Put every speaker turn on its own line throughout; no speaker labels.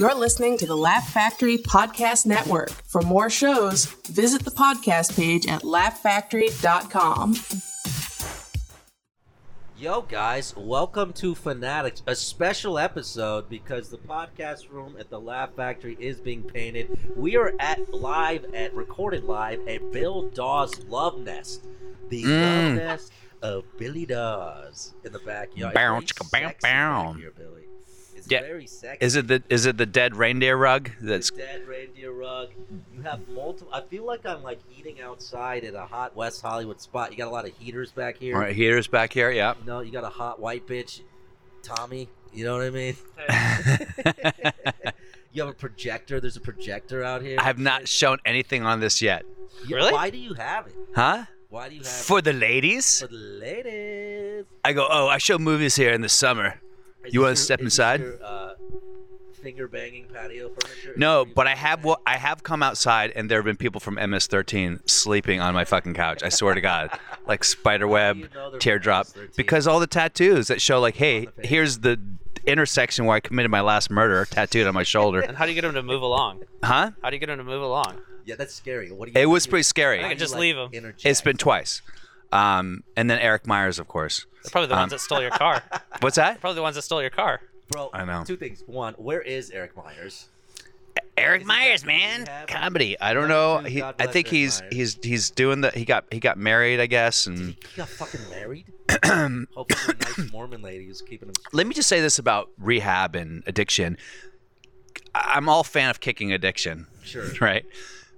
You're listening to the Laugh Factory Podcast Network. For more shows, visit the podcast page at laughfactory.com.
Yo, guys, welcome to Fanatics, a special episode because the podcast room at the Laugh Factory is being painted. We are at live, at recorded live, at Bill Dawes' Love Nest. The Love
Mm.
Nest of Billy Dawes in the backyard.
Bow,
It's
chicka,
very
bow,
sexy back
bow.
here, Billy. It's
Yeah.
very sexy.
Is it the is it the dead reindeer rug?
That's
That's
dead reindeer rug. You have multiple. I feel like I'm like eating outside at a hot West Hollywood spot. You got a lot of heaters back here.
right here's back here. Yeah.
You know, you got a hot white bitch, Tommy. You know what I mean? you have a projector. There's a projector out here.
I have not shown anything on this yet.
You-
really?
Why do you have it?
Huh?
Why do you have
For the
it?
ladies?
For the ladies.
I go, "Oh, I show movies here in the summer."
Is
You
this
wanna
your-
step
is this
inside?
your, uh, finger banging patio furniture.
No,
Is this
but
your-
I have well, I have come outside and there have been people from MS13 sleeping on my fucking couch. I swear to God, like
How do
spiderweb,
you know they're
teardrop,
MS-13?
because all the tattoos that show like, hey,
the face.
here's the intersection where I committed my last murder, tattooed on my shoulder,
And how do you get him to move along?
huh?
How do you get him to move along?
Yeah, that's scary. What do you?
It was
do?
pretty
How
scary.
do
I
you,
could just
like,
leave 'em.
It's
interject?
been twice, um, and then Eric Myers, of course.
They're probably the
Um,
ones that stole your car.
What's that?
probably the ones that stole your car.
Bro,
I know.
Two things. One, where is Eric Myers?
Eric
Is it
Myers,
that
man,
rehab?
comedy. I don't
Number
know.
two,
He,
God
I
bless
think
Eric
he's
Myers.
he's he's doing the. He got he got married, I guess,
Did he,
and
he got fucking married? Hopefully, a nice Mormon lady who's keeping him.
let me just say this about rehab and addiction. I- I'm all fan of kicking addiction,
Sure.
right?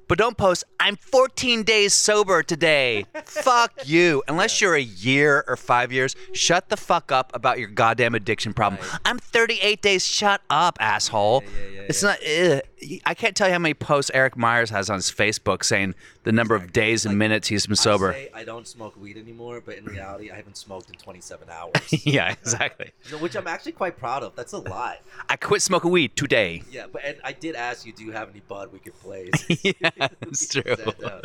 But don't post, I'm 14 days sober today. fuck you. Unless you're a year or five years, shut the fuck up about your goddamn addiction problem.
Right.
I'm 38 days, shut up, asshole.
Yeah, yeah, yeah,
it's
yeah.
not, ugh. I can't tell you how many posts Eric Myers has on his Facebook saying the number of days and
Like,
minutes he's been sober.
I say I don't smoke weed anymore, but in reality, I haven't smoked in 27 hours,
yeah, exactly.
You know, which I'm actually quite proud of. That's a lot.
I quit smoking weed today.
Yeah, but and I did ask you, do you have any bud we could play?
yeah, it's true.
Sat down.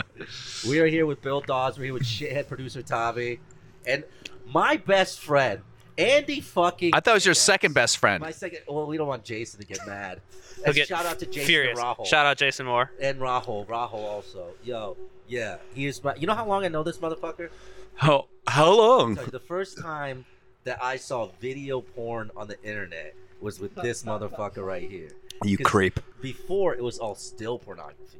we are here with Bill Dawes. We're here with shithead producer Tommy, and my best friend Andy fucking.
I thought it was your
Diaz.
second best friend.
My second. Well, we don't want Jason to get mad.
He'll
And
get
shout out to Jason
Furious.
and Rahul.
Shout out Jason Moore.
and Rahul. Rahul also. Yo, yeah, he is. My, you know how long I know this motherfucker?
How how long?
So the first time that I saw video porn on the internet was with this motherfucker right here.
You
Because
creep.
Before it was all still pornography,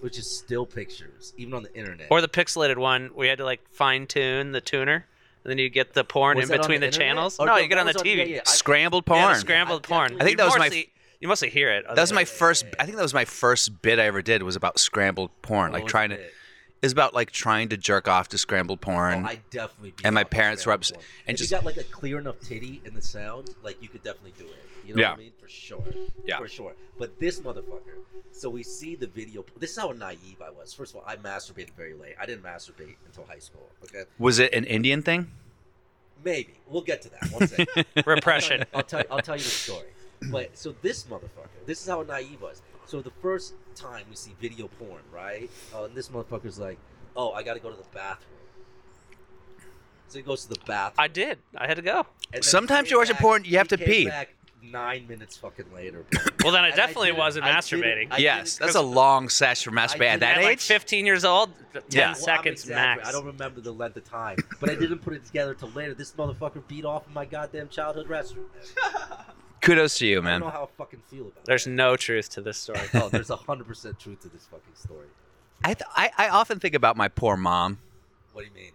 which is still pictures, even on the internet.
Or the pixelated one. We had to like fine tune the tuner, and then you get the porn
Was
in
that on
between the,
internet?
channels.
Or
no,
that
you get on the
was
TV.
yeah, yeah, I-
Scrambled
Yeah,
porn.
the scrambled
I
porn.
definitely-
I think
you
that was my-
mostly, You mostly hear it.
that was my
Yeah.
first. I think that was my first bit I ever did was about scrambled porn,
What
like
was
trying to.
it?
It's about like trying to jerk off to scrambled
Oh,
porn.
I definitely. beat
and my
up on
parents were
scrambled
ups-
porn.
and
if
just-
you got like a clear enough titty in the sound, like you could definitely do it. You know
Yeah.
what I mean? For sure.
Yeah.
For sure. But this motherfucker. So we see the video. This is how naive I was. First of all, I masturbated very late. I didn't masturbate until high school. Okay.
was it an Indian thing?
Maybe we'll get to that. One second.
repression.
I'll tell I'll tell you the story. But so this motherfucker, this is how naive I was. So the first time we see video porn, right? Oh, and this motherfucker's like, "Oh, I got to go to the bathroom." So he goes to the bathroom.
I did. I had to go.
and then
Sometimes
he
you're
came
watching
back-
porn, you have
he
to
came
pee.
Back nine minutes fucking later.
Well, then I
And I
definitely
did it.
wasn't
I did it.
masturbating.
I
yes,
did it
that's a long sesh for masturbating
did
at that
At
age.
like 15 years old, 10
Yeah.
Well, I'm
seconds
exaggerating.
max.
I don't remember the length of time, but I didn't put it together till later. This motherfucker beat off in my goddamn childhood restroom. man.
Kudos to you,
I don't
man.
know how I fucking feel about
There's
that.
no truth to this story.
Oh, there's a hundred percent truth to this fucking story.
I, th- I I often think about my poor mom.
What do you mean?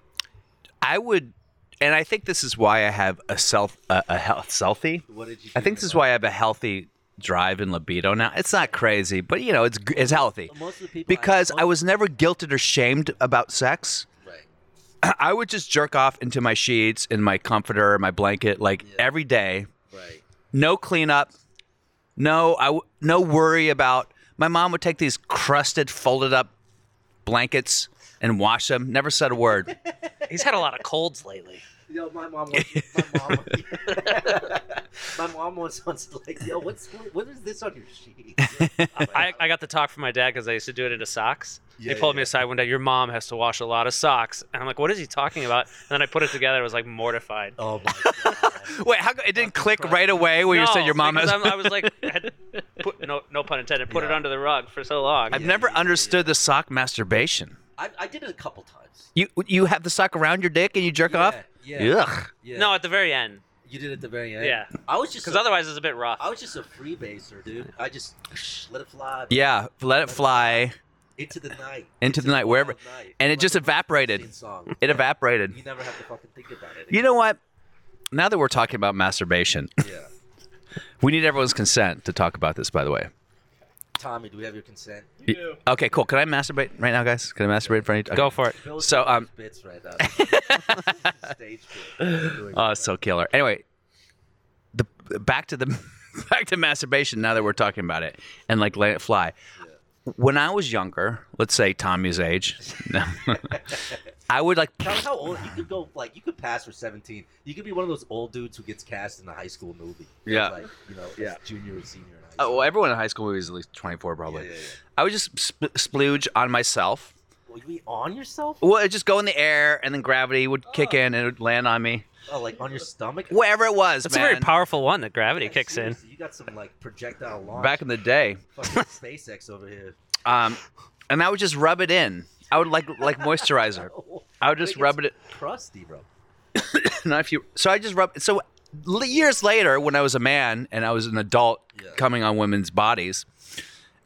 I would, and I think this is why I have a self a, a health selfie.
What did you?
I think this is why I have a healthy drive and libido now. It's not crazy, but you know, it's g- it's healthy.
Most of the people
because I
most-
was never guilted or shamed about sex.
right.
I would just jerk off into my sheets and my comforter, my blanket, like
Yeah.
every day.
Right.
No cleanup, no I w- no worry about. My mom would take these crusted, folded up blankets and wash them. Never said a word.
He's had a lot of colds lately.
Yo, my mom was. My mom, my mom was once like, "Yo, what's what is this on your sheet?"
I, I got the talk from my dad because I used to do it into socks.
Yeah,
he pulled
yeah.
me aside one day. Your mom has to wash a lot of socks, and I'm like, "What is he talking about?" And then I put it together. I was like mortified.
oh my god.
Wait, how co- it didn't click right away when you said
No,
your mom
because
has?
I'm- I was like, I had put- no, no pun intended, put it
Yeah.
under the rug for so long.
I've
Yeah,
never
yeah, yeah,
understood the sock masturbation.
I, I did it a couple times.
You you have the sock around your dick and you jerk off?
Yeah, yeah.
Ugh.
yeah.
No, at the very end,
you did it at the very end.
Yeah.
I was just
because
a-
otherwise it's a bit rough.
I was just a freebaser, dude. I just let it fly
Yeah, let it fly.
into the night,
Into the night, wherever-
wild night.
and it
Like
just
a
evaporated.
Springsteen Song.
It evaporated.
You never have to fucking think about it.
You know what? Now that we're talking about masturbation,
yeah.
we need everyone's consent to talk about this, by the way.
Tommy, do we have your consent?
Okay, cool. Can I masturbate right now, guys? Can I masturbate in front of you?
Go for it.
Bill's
So,
doing
um,
his bits right now. Stage bit.
Oh, it's so killer. Anyway, the back to the back to masturbation. Now that we're talking about it, and like let it fly. When I was younger, let's say Tommy's age, no, I would like.
Tell us how old you could go. Like you could pass for seventeen. You could be one of those old dudes who gets cast in the high school movie.
Yeah.
Like you know,
Yeah.
yeah. junior or senior in high
Oh,
school.
well, everyone in high school was at least twenty four, probably.
Yeah, yeah, yeah.
I would just sp- splooge on myself.
Will you be on yourself?
Well, it'd just go in the air, and then gravity would kick in and it would land on me,
Oh, like on your stomach?
wherever it was.
That's a very
man.
powerful one that gravity
Yeah,
kicks in.
seriously, You got some like projectile launch.
Back in the day,
fucking SpaceX over here.
um, and I would just rub it in. I would like like moisturizer. I would just
think
rub
it's
it.
Crusty, bro.
not if you so i just rub so l- years later when i was a man and i was an adult
Yeah.
coming on women's bodies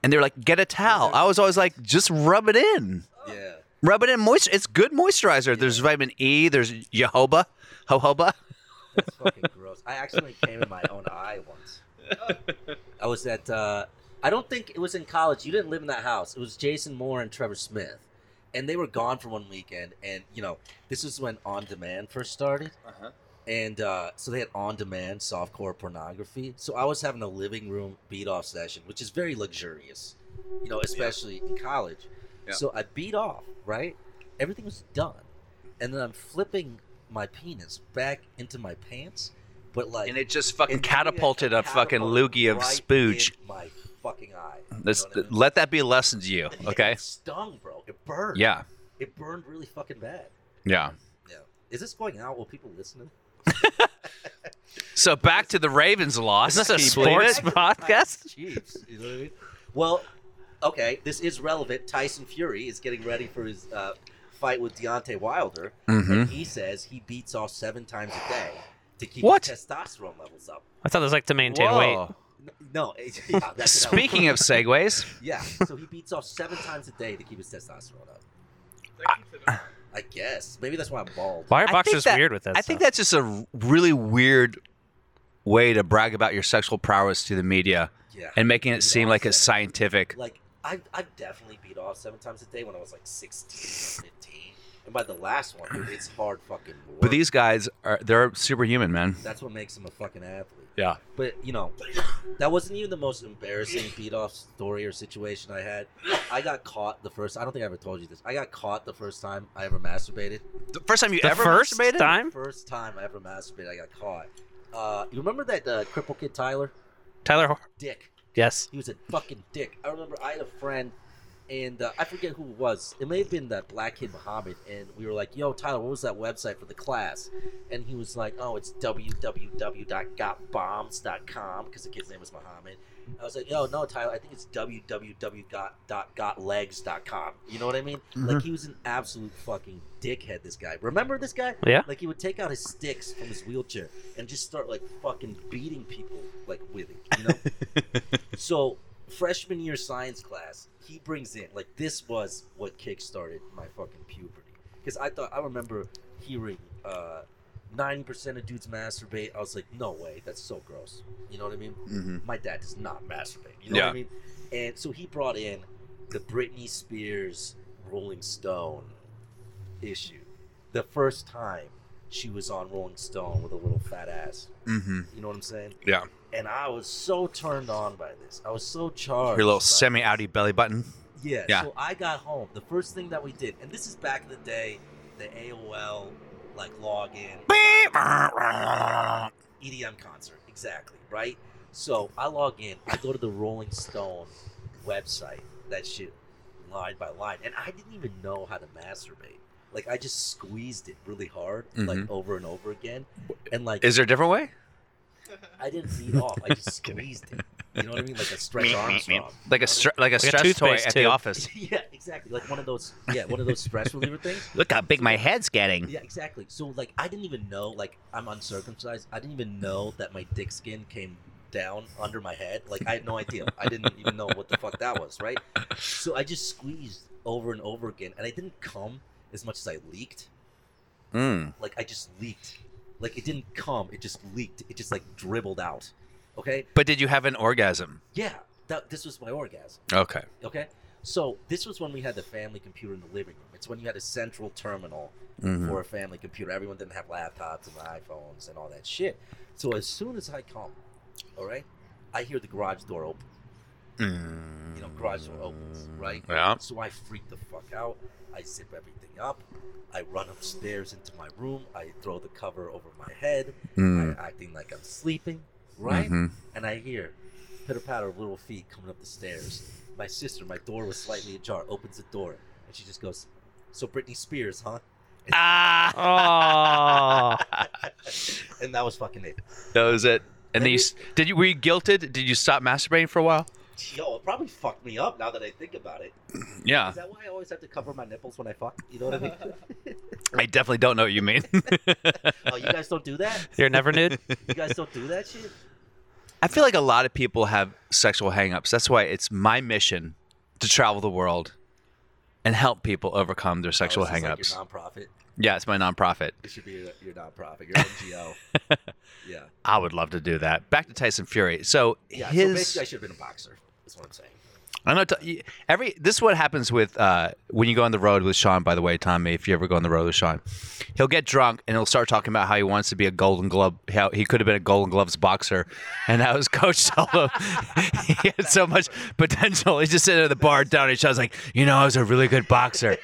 and they were like get a towel i was always like just rub it in
Yeah.
rub it in moisture it's good moisturizer there's vitamin e there's jojoba jojoba
It's fucking gross. I accidentally came in my own eye once. I was at. Uh, I don't think it was in college. You didn't live in that house. It was Jason Moore and Trevor Smith, and they were gone for one weekend. And you know, this was when on demand first started.
Uh-huh.
And uh, so they had on-demand softcore pornography. So I was having a living room beat-off session, which is very luxurious, you know, especially in college.
Yeah.
So I beat off, right? Everything was done, and then I'm flipping my penis back into my pants, but like
and it just fucking
it
catapulted a fucking
catapulted
loogie of
right
spooge
in my fucking eye. You
That's,
know what I mean?
let that be a lesson to you
Yeah,
okay
It stung, bro. It burned.
yeah
It burned really fucking bad.
yeah
Yeah. Is this going out? Will people listening?
so back to the ravens loss
Isn't this a
Can you believe
sports
it?
podcast?
Chiefs. You know what I mean? Well, okay, this is relevant. Tyson Fury is getting ready for his uh, fight with Deontay Wilder.
Mm-hmm.
And he says he beats off seven times a day to keep
What?
his testosterone levels up.
I thought it was like to maintain weight.
Whoa.
N- No, it- yeah, that's
speaking of segues
yeah, so he beats off seven times a day to keep his testosterone up. I guess maybe that's why I'm bald.
Why are
I
boxers
think that-
weird with that?
I think that's just a r- really weird way to brag about your sexual prowess to the media
Yeah,
and making it seem like it's
Awesome.
scientific.
like I I definitely beat off seven times a day when I was like 16 or 15. And by the last one, dude, it's hard fucking work.
But these guys are they're superhuman, man.
that's what makes him a fucking athlete.
Yeah.
But you know, that wasn't even the most embarrassing beat off story or situation I had. I got caught the first. I don't think I ever told you this. I got caught the first time I ever masturbated.
The first time you
the
ever
first
masturbated?
time.
First time I ever masturbated, I got caught. Uh, you remember that uh, cripple kid Tyler?
Tyler. Hor-
Dick.
Yes.
He was a fucking dick. I remember I had a friend, and uh, I forget who it was. It may have been that black kid Muhammad, and we were like, "Yo, Tyler, what was that website for the class?" And he was like, "Oh, it's www.gotbombs.com because the kid's name was Muhammad." I was like, "Yo, no, Tyler, I think it's www.gotlegs.com." You know what I mean? Like he was an absolute fucking dickhead. This guy. Remember this guy?
Yeah.
Like he would take out his sticks from his wheelchair and just start like fucking beating people like with it. You know. So freshman year science class, he brings in like this was what kickstarted my fucking puberty because I thought I remember hearing uh, ninety percent of dudes masturbate. I was like, no way, that's so gross. You know what I mean?
Mhm.
My dad does not masturbate. You know what
Yeah.
I mean? And so he brought in the Britney Spears, Rolling Stone issue. The first time she was on Rolling Stone with a little fat ass.
Mhm.
You know what I'm saying?
Yeah.
and I was so turned on by this. I was so charged.
Your
by
little
this.
semi outy belly button.
Yeah,
Yeah.
So I got home. The first thing that we did, and this is back in the day, the AOL like login EDM concert, exactly right. So I log in. I go to the Rolling Stone website. That shit, line by line, and I didn't even know how to masturbate. Like I
Mm-hmm.
just squeezed it really hard, like over and over again, and like
Is there a different way?
I didn't beat off. I just squeezed it. You know what I mean? Like a stretch Armstrong.
Like a str- like a
a
stress toy
toothpaste,
at the
too.
office.
yeah, exactly. Like one of those. Yeah, one of those stress reliever things.
Look how big my head's getting.
Yeah, exactly. So like, I didn't even know. Like, I'm uncircumcised. I didn't even know that my dick skin came down under my head. Like, I had no idea. I didn't even know what the fuck that was. Right. So I just squeezed over and over again, and I didn't come as much as I leaked.
Mm.
Like, I just leaked. Like, it didn't come. It just leaked. It just like dribbled out. Okay.
But did you have an orgasm?
Yeah. That, this was my orgasm.
Okay.
Okay. So this was when we had the family computer in the living room. It's when you had a central terminal
Mhm.
for a family computer. Everyone didn't have laptops and iPhones and all that shit. So as soon as I come, all right, I hear the garage door open. You know, garage door opens, right?
Yeah.
So I freak the fuck out. I zip everything up. I run upstairs into my room. I throw the cover over my head.
Mm.
I'm acting like I'm sleeping, right?
Mhm.
and I hear pitter patter of little feet coming up the stairs. My sister, my door was slightly ajar, opens the door, and she just goes, "So Britney Spears, huh?"
Ah,
Oh,
and that was fucking it.
that was it. And then
Maybe-
you s- did you were you guilted? Did you stop masturbating for a while?
Yo, it probably fucked me up now that I think about it.
Yeah,
Is that why I always have to cover my nipples when I fuck? You know what I mean?
I definitely don't know what you mean.
oh, you guys don't do that?
you're never nude.
You guys don't do that shit?
I feel like a lot of people have sexual hangups. That's why it's my mission to travel the world and help people overcome their sexual
Oh, it's just like
hangups.
your nonprofit.
yeah, it's my nonprofit.
It should be your, your nonprofit, your NGO. yeah.
I would love to do that. Back to Tyson Fury. So
Yeah. So
his
basically, I should have been a boxer. That's what I'm saying.
I'm not. T- every this is what happens with uh, when you go on the road with Sean. By the way, Tommy, if you ever go on the road with Sean, he'll get drunk and he'll start talking about how he wants to be a Golden Glove. How he could have been a Golden Gloves boxer, and how his coach told him he had so much potential. He's just sitting at the bar down. And Sean's like, you know, I was a really good boxer.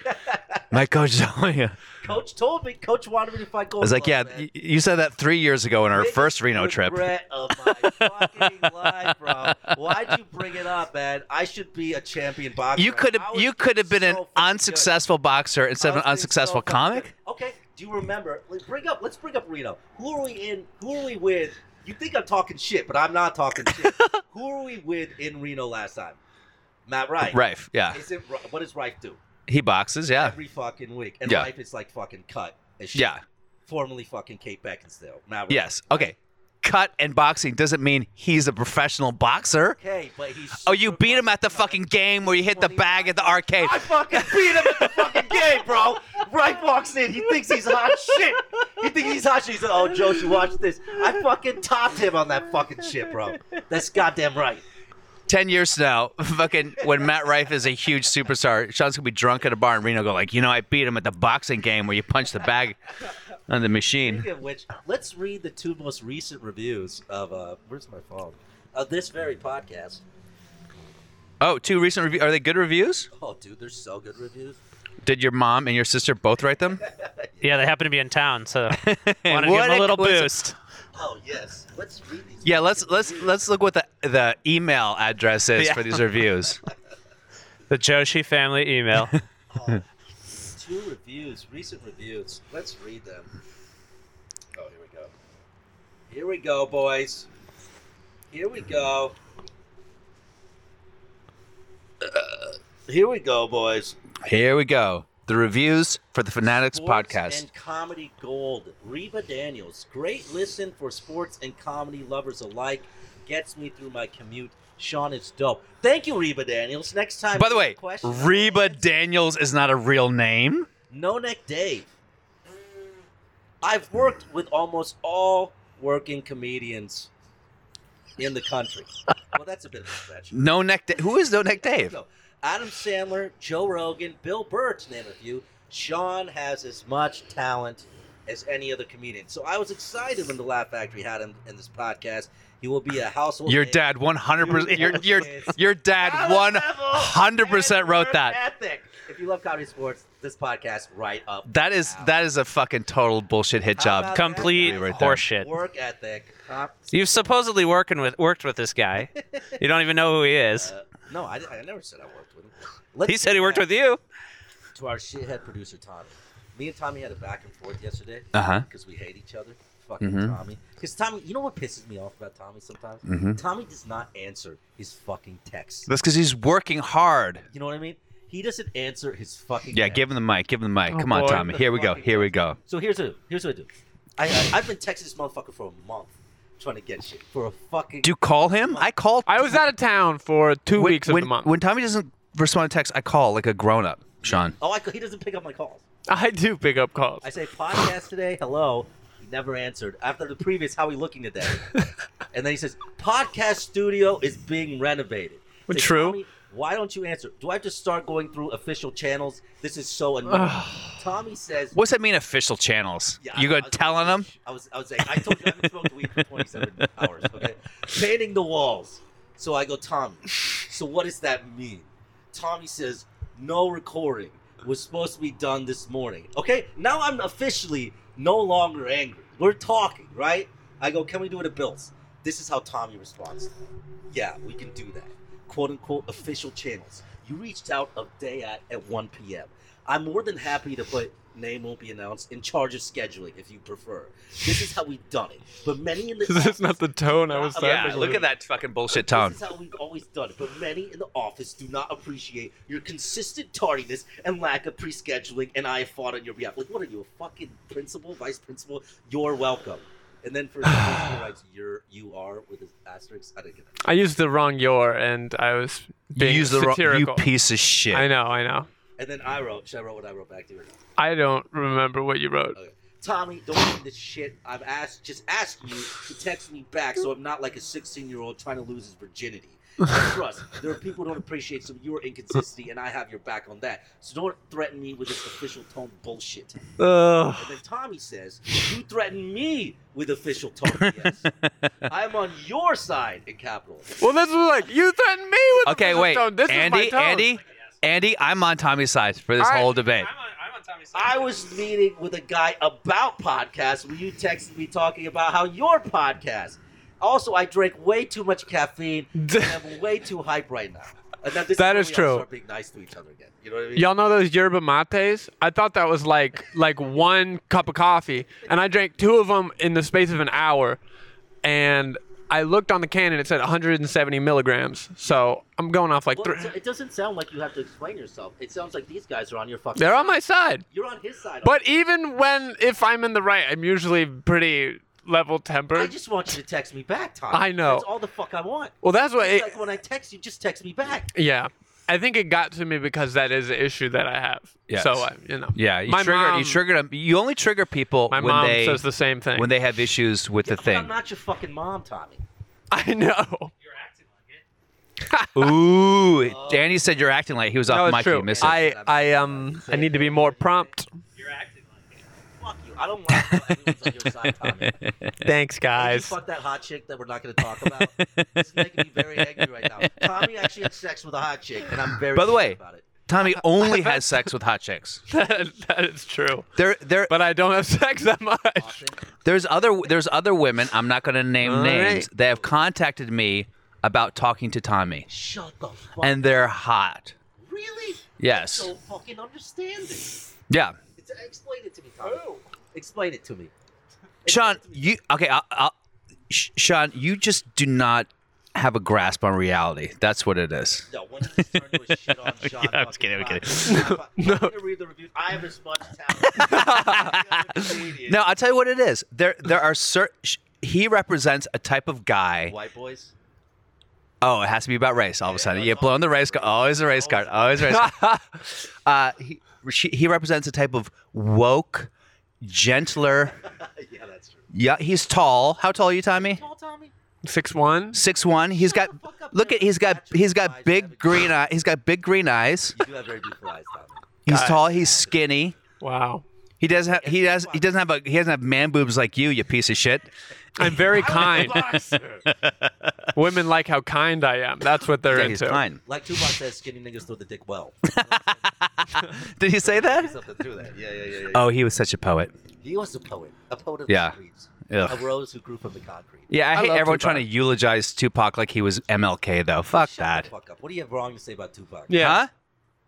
My coach told me. I
Coach told me. Coach wanted me to fight gold.
was like, yeah,
gloves, man.
y- you said that three years ago in our
biggest
first Reno trip.
regret of my fucking life, bro. Why'd you bring it up, man? I should be a champion boxer.
You could
I
have
was
you could have been
so
an
fucking good.
unsuccessful boxer
I
instead of
was
an
being so
unsuccessful
fucking
comic.
good. Okay. Do you remember? Like, bring up. Let's bring up Reno. Who are we in? Who are we with? You think I'm talking shit, but I'm not talking shit. Who are we with in Reno last time? Matt Rife.
Rife, yeah,
Is it? Ri- What does Rife do?
he boxes, yeah.
Every fucking week, and
Yeah.
Rife is like fucking cut. As shit.
Yeah.
Formerly fucking Kate Beckinsale. Matt Rife.
Yes. Okay. Cut and boxing doesn't mean he's a professional boxer.
Okay, but he's.
Oh, you
super
beat him at the
cut.
fucking game where you hit the bag at the arcade.
I fucking beat him at the fucking game, bro. Right walks in. He thinks he's hot shit. He thinks he's hot shit. He's like, oh, Joshi, watch this. I fucking topped him on that fucking shit, bro. That's goddamn right.
Ten years now, fucking when Matt Rife is a huge superstar, Sean's gonna be drunk at a bar in Reno, go like, you know, I beat him at the boxing game where you punch the bag on the machine.
Speaking of which, let's read the two most recent reviews of, uh, where's my phone? Of this very podcast.
Oh, two recent reviews. Are they good reviews?
Oh, dude, they're so good reviews.
Did your mom and your sister both write them?
Yeah, they happen to be in town, so wanted to give
What
them
a
a little
coincidence.
boost.
Oh, yes. Let's read these.
Yeah. Let's let's let's look what the the email address is
Yeah.
for these reviews.
The Joshi family email.
Two reviews, recent reviews. Let's read them. Oh, here we go. Here we go, boys. Here we go. Uh, here we go, boys.
Here we go. The reviews for the Fanatics
Sports
podcast.
and comedy gold. Reba Daniels, great listen for sports and comedy lovers alike. Gets me through my commute. Sean is dope. Thank you, Reba Daniels. Next time.
By the way,
question-
Reba Daniels is not a real name.
No Neck Dave. I've worked with almost all working comedians in the country. well, that's a bit of a stretch.
No neck. Da- Who is No Neck Dave?
No. Adam Sandler, Joe Rogan, Bill Burr, to name a few. Sean has as much talent as any other comedian. So I was excited when the Laugh Factory had him in this podcast. He will be a household.
Your
name.
dad 100%. Your your your dad
Talent level
100%
and
wrote
work
that.
Ethic. If you love comedy sports, this podcast right up.
That is that is a fucking total bullshit hit
How
job.
about
Come.
Complete
Right there.
horseshit.
Work ethic. Comp-
You've supposedly working with worked with this guy. You don't even know who he is.
Uh, no, I, I never said I worked with him. Let's
he said he worked
get
with you.
back To our shithead producer Tommy. Me and Tommy had a back and forth yesterday
Uh huh.
because we hate each other. fucking
Mhm.
Tommy. Because Tommy, you know what pisses me off about Tommy sometimes?
Mhm.
Tommy does not answer his fucking texts.
That's because he's working hard.
You know what I mean? He doesn't answer his fucking.
Yeah,
text.
give him the mic. Give him the mic.
Oh,
Come on,
boy.
Tommy. Here we go.
Fucking
Here we go.
So here's what I do. Here's what I do. I, I I've been texting this motherfucker for a month, trying to get shit for a fucking.
Do you call him? I call.
I was out of town for two
when,
weeks of
when,
the month.
When Tommy doesn't respond to text, I call like a grown up. Sean.
Oh, I, he doesn't pick up my calls.
I do pick up calls.
I say podcast today. Hello. He never answered. After the previous, how we looking today? and then he says, podcast studio is being renovated. I say,
True.
"Tommy, why don't you answer? Do I just start going through official channels? This is so annoying. Tommy says,
What's that mean? Official channels?
Yeah, I-
you go
I was-
telling him?
I was, I was saying, I told you I haven't smoked weed for 27 hours, okay? Painting the walls. So I go, Tommy, so what does that mean? Tommy says, no recording was supposed to be done this morning. Okay, now I'm officially no longer angry. We're talking, right? I go, can we do it at Bill's? This is how Tommy responds. Yeah, we can do that. Quote unquote official channels. You reached out a day at, at 1 p.m. I'm more than happy to put name won't be announced in charge of scheduling if you prefer. This is how we've done it. But many in the
This is not the tone I
Yeah,
was.
I'm- Yeah,
thinking.
look at
that fucking bullshit
this is how we've always done it, but many in the office do not appreciate your consistent tardiness and lack of pre-scheduling, and I have fought on your behalf. Like, what are you, a fucking principal, vice principal? You're welcome. And then for the person who writes, you're, you are, with an asterisk, I didn't get that.
I used the wrong your, and I was being
you use the wrong, you
satirical.
piece of shit.
I know, I know.
And then I wrote, should I wrote what I wrote back to you or not?
I don't remember what you wrote.
Okay. Tommy, don't do this shit. I've asked, just asked you to text me back, so I'm not like a 16 year old trying to lose his virginity. Trust, there are people who don't appreciate some of your inconsistency, and I have your back on that. So don't threaten me with this official tone bullshit. And then Tommy says, "You threaten me with official tone. Yes, I'm on your side in capital.
Well, this was like you threatened me with.
Okay,
the
wait.
Tone. This is my
Andy,
tone.
Andy, Andy, I'm on Tommy's side for this
I-
whole debate.
I'm on Tommy's
I was meeting with a guy about podcasts when you texted me talking about how your podcast. Also, I drank way too much caffeine. and I'm way too hype right now. And then this
That
when
is
we all
true.
Start being nice to each other again. You know what I mean?
Y'all know those yerba mates? I thought that was like like one cup of coffee, and I drank two of them in the space of an hour. And I looked on the can, and it said 170 milligrams. So I'm going off like
Well,
three.
it's- it doesn't sound like you have to explain yourself. It sounds like these guys are on your fucking.
They're on
side.
my side.
You're on his side.
But even when if I'm in the right, I'm usually pretty level
I
tempered.
just want you to text me back, Tommy.
I know.
That's all the fuck I want.
Well, that's what.
It's
It,
like when I text you, just text me back.
yeah, I think it got to me because that is the issue that I have.
Yes.
So I, you know.
Yeah, you
my
trigger
mom,
you trigger them. You only trigger people
My
when
mom
they
says the same thing.
when they have issues with the
But I'm
thing.
not your fucking mom, Tommy.
I know.
You're acting like it.
Ooh, Danny said you're acting like he was
No,
off
it's
mic.
true.
You missed it.
I, I um I need to be more prompt.
You're acting like it.
Fuck you. I don't like how everyone's on your side, Tommy. Did
Thanks,
you
guys.
fuck that hot chick that we're not going to talk about? It's making me very angry right now. Tommy actually had sex with a hot chick, and I'm very
By the
upset
way-
about it.
Tommy only has sex with hot chicks.
that is true.
There, there,
But I don't have sex that much.
there's other, there's other women. I'm not going to name
All
names.
right.
They have contacted me about talking to Tommy,
Shut the fuck.
and they're hot.
really?
Yes.
So fucking understanding. It's,
Yeah.
explain it to me, Tommy. Explain it to me.
Sean, you okay? I'll, I'll, Sh- Sean, you just do not have a grasp on reality. That's what it is.
No, when you turn to a shit on Sean.
Yeah, I'm
fucking
kidding, I'm
Fox.
kidding.
I'm going to read the reviews. I have as much talent. as the other comedian.
No, I'll tell you what it is. There, there are certain. He represents a type of guy.
White boys?
Oh, it has to be about race. All of a sudden, you blow on the race card. Always a race card. Always a race card. uh, he, she, he represents a type of woke, gentler.
yeah, that's true.
Yeah, he's tall. How tall are you, Tommy?
Tall Tommy?
Six one.
Six one. He's got. Look at. He's got. He's got big green eye. He's got big green eyes.
You do have very beautiful eyes, Tommy.
He's
Guys.
tall. He's skinny.
Wow.
He doesn't have he has he doesn't have a he doesn't have man boobs like you, you piece of shit.
I'm very kind. Women like how kind I am. That's what they're
Yeah, he's
into.
fine.
Like Tupac says, skinny niggas throw the dick well.
Did he say that?
Something to that. Yeah, yeah, yeah. yeah.
Oh, he was such a poet.
He was a poet, a poet of
Yeah.
the streets,
Ugh.
a rose who grew from the concrete.
Yeah, I,
I
hate
love
everyone
Tupac.
trying to eulogize Tupac like he was MLK though. Fuck
Shut
that.
the fuck up. What do you have wrong to say about Tupac?
Yeah.
Huh?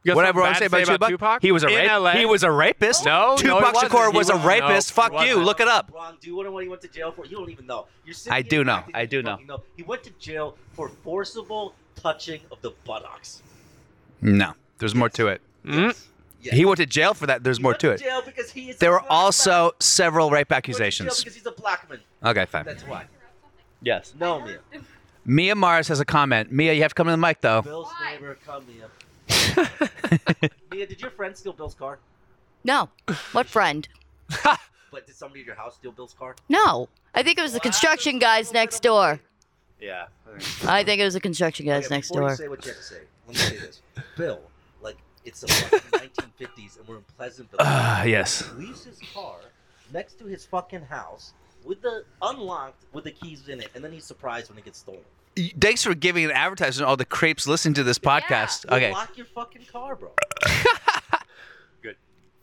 You got
Whatever I
something
want to say about,
bad to say about
Tupac,
Tupac?
he was a
In LA?
rapist. He was a rapist.
No, no, he
Tupac
wasn't.
Shakur
He
was a
wasn't. No,
rapist.
he
Fuck you.
wasn't.
Look it up.
Ron, do you want to know what he went to jail for? You don't even know. You're sitting
I
here
do
acting
know.
like
I
you
do know.
fucking He went to jail for forcible touching of the buttocks.
No, there's more to it.
Hmm?
Yes. Yes.
He went to jail for that. There's
He
more
went
to it.
Jail because he is a
There were
black man.
also several rape
He went to jail
accusations.
Because he's a black man.
Okay, fine.
That's why.
Yes.
No, man.
Mia Mars has a comment. Mia, you have to come to the mic though.
Bill's neighbor, come here. Mia, did your friend steal Bill's car?
No. What friend?
But did somebody at your house steal Bill's car?
No. I think it was the construction guys next door.
Yeah.
I think it was the construction guys
Okay,
next
before
door.
You say what you have to say. Let me say this, Bill. Like it's the fucking 1950s, and we're in Pleasantville.
Ah, yes.
Leaves his car next to his fucking house with the unlocked with the keys in it, and then he's surprised when it gets stolen.
Thanks for giving an advertisement. to All the creeps listening to this podcast.
You
Okay.
Lock your fucking car, bro.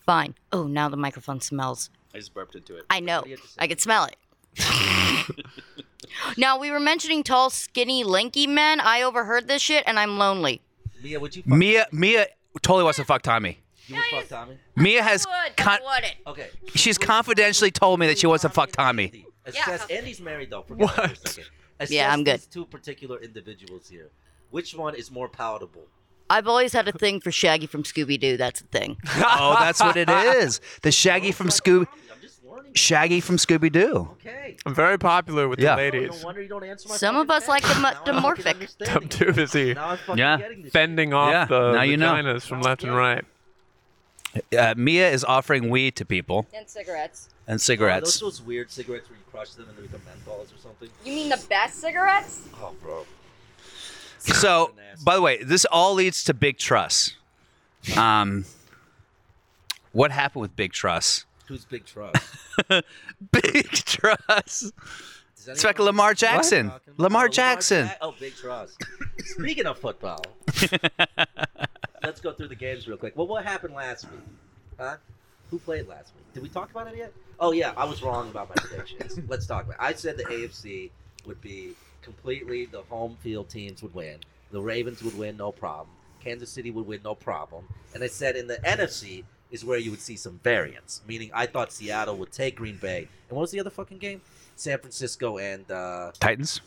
Fine. Oh, now the microphone smells.
I just burped into it.
I know.
do you have to say?
I can smell it. now, we were mentioning tall, skinny, lanky men. I overheard this shit and I'm lonely.
Mia, would you fuck?
Mia, Mia totally wants to fuck Tommy.
you would fuck Tommy?
Mia has con-
it.
Okay.
she's confidentially told me that she wants to fuck Tommy.
Andy. Assess- Andy's married though. Forget that for a second. Assess
Yeah, I'm good.
These two particular individuals here. Which one is more palatable?
I've always had a thing for Shaggy from Scooby Doo. That's a thing.
oh, that's what it is. The Shaggy
Don't
from
fuck
Scooby,
Tommy, I'm just learning.
Shaggy from Scooby Doo.
Okay.
I'm very popular with
Yeah.
the
Oh,
ladies.
No wonder you don't answer my
Some of
fucking
us like
text.
the mo-
Now I'm fucking
demorphic.
understanding
I'm too busy
Now I'm fucking
Yeah.
getting this
fending off
Yeah,
the
now you know.
vaginas from left and right.
Uh, Mia is offering weed to people
And cigarettes.
and
shit. Are those
cigarettes.
those weird cigarettes where you crush them and they become menthols or something?
You mean the best cigarettes?
Oh, bro.
So, by the way, this all leads to Big Truss. Um, what happened with Big Truss?
Who's Big Truss?
Big Truss.
Does anyone
It's like
know
Lamar
who I'm
Jackson.
talking about?
Lamar
Oh,
Jackson.
Jack- oh, Big Truss. Speaking of football, let's go through the games real quick. Well, what happened last week? Huh? Who played last week? Did we talk about it yet? Oh, yeah, I was wrong about my predictions. let's talk about it. I said the AFC would be completely the home field teams would win. The Ravens would win, no problem. Kansas City would win, no problem. And I said in the NFC is where you would see some variance, meaning I thought Seattle would take Green Bay. And what was the other fucking game? San Francisco and uh,
Titans.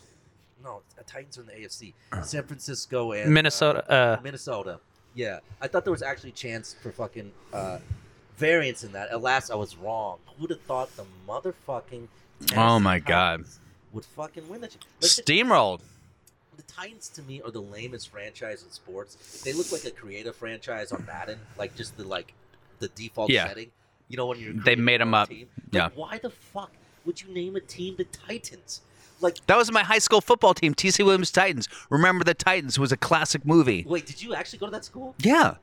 no, the Titans are in the AFC.
Uh-huh.
San Francisco and uh,
Minnesota. Uh,
Minnesota. Yeah, I thought there was actually chance for fucking uh, variance in that. Alas, I was wrong. Who'd have thought the motherfucking
Oh my
Tennessee
God.
Titans would fucking win that? shit? Like, the-
Steamrolled.
the Titans to me are the lamest franchise in sports. They look like a creative franchise on Madden, like just the like the default
Yeah.
setting. You know when you're
They
creating
made 'em
a
up.
Team. Like,
Yeah.
Why the fuck would you name a team the Titans? Like,
That was my high school football team, TC Williams Titans. Remember the Titans was a classic movie.
wait, did you actually go to that school?
Yeah.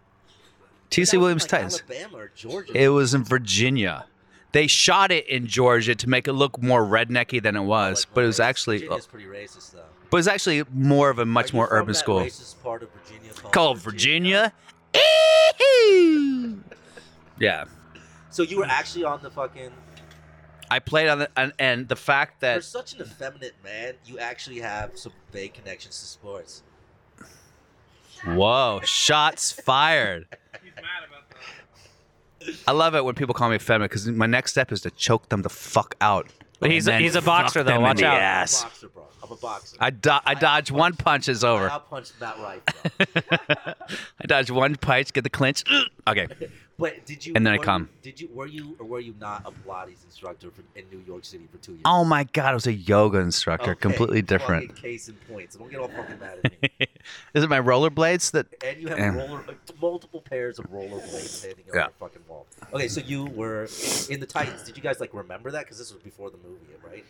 TC
That was in,
Williams
like,
Titans.
Alabama or Georgia.
It was in Virginia. They shot it in Georgia to make it look more rednecky than it was,
Like,
but it was
racist.
actually
Virginia's pretty racist though.
but it was actually more of a
Are
much
you
more
from
urban
that
school.
Racist part of Virginia called,
Called Virginia. Ee-hoo. yeah.
So you were actually on the fucking.
I played on the and, and the fact
You're
that
such an effeminate man. You actually have some vague connections to sports.
whoa, shots fired. I love it when people call me feminine because my next step is to choke them the fuck out.
But he's-
And then
he's a boxer,
fuck
though.
them in
Watch
the
out.
ass.
I'm a boxer, bro. I'm a boxer.
I, do- I dodge one punch is over.
I'll punch Matt Rife, bro.
I dodge one punch, get the clinch. Okay.
but did you?
And then I
were
come.
you- Did you? Were you or were you not a Pilates instructor for, in New York City for two years?
Oh my god, it was a yoga instructor,
Okay,
completely different.
fucking case in point. So don't get all fucking mad at me.
Is it my rollerblades that?
And you have
Yeah.
roller, multiple pairs of roller blades standing on
Yeah.
your fucking wall. Okay, so you were in the Titans. Did you guys like remember that? Because this was before the movie, right?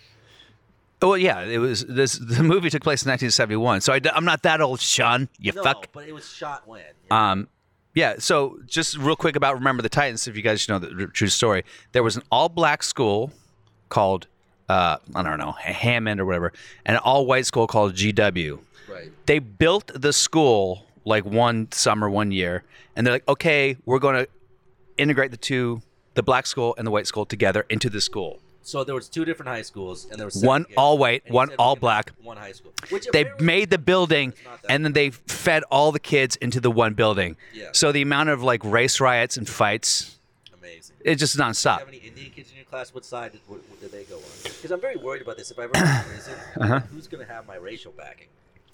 Well, yeah, it was this. The movie took place in 1971, so I, am not that old, Sean. You
no,
fuck.
but it was shot when.
Um, yeah. So just real quick about remember the Titans. If you guys know the r- true story, there was an all-black school called uh, I don't know Hammond or whatever, and an all-white school called GW.
right.
they built the school like one summer, one year, and they're like, okay, we're going to integrate the two, the black school and the white school together into the school.
So there was two different high schools, and there was
One
segregated.
all white,
And he
one
said we
all
can make
black.
one high school. Which
They
apparently-
made the building,
It's not that
and then they fed all the kids into the one building.
Yeah.
So the amount of like race riots and fights,
amazing. Do
it's just
you
nonstop.
have any Indian kids in your class? What side did, what, what did they go on? Because I'm very worried about this. If I ever have a prison,
Uh-huh.
who's going to have my racial backing?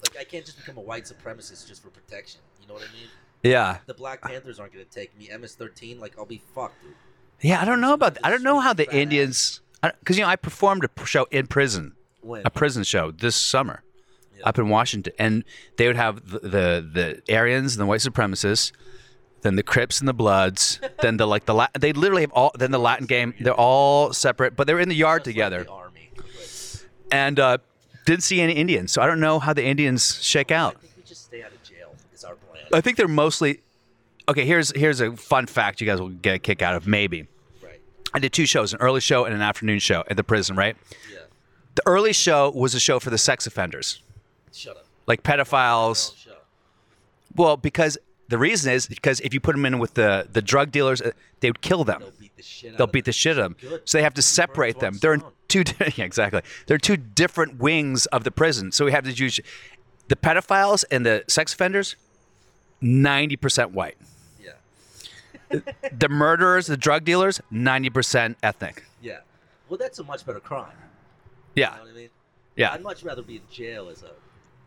Like, I can't just become a white supremacist just for protection. You know what I mean?
Yeah.
The Black Panthers aren't going to take me. MS-13, like, I'll be fucked, dude.
Yeah, I don't know about. I don't know how the
Badass.
Indians, because you know I performed a p- show in prison,
When?
a prison show this summer,
Yeah.
up in Washington, and they would have the the, the Aryans and the white supremacists, then the Crips and the Bloods, then the like the La- they literally have all then the Latin game. They're all separate, but they're in the yard
Just like
together,
the army.
and uh, didn't see any Indians, so I don't know how the Indians shake
I
out.
think we just stay out of jail is our plan.
I think they're mostly. Okay, here's here's a fun fact you guys will get a kick out of maybe.
right.
I did two shows, an early show and an afternoon show at the prison, right?
Yeah.
The early show was a show for the sex offenders,
Shut up.
like pedophiles.
Don't shut up.
Well, because the reason is because if you put them in with the, the drug dealers, uh, they would kill them.
They'll beat the shit out
They'll
of
beat
them.
the shit out of them.
Good.
So they have to separate
Birds,
them.
one
They're in
stone.
two di- yeah, exactly. They're two different wings of the prison. So we have to use the pedophiles and the sex offenders, 90% white.
Yeah.
The murderers, the drug dealers, 90% ethnic.
Yeah. Well, that's a much better crime. You
Yeah.
know what I mean?
Yeah.
I'd much rather be in jail as a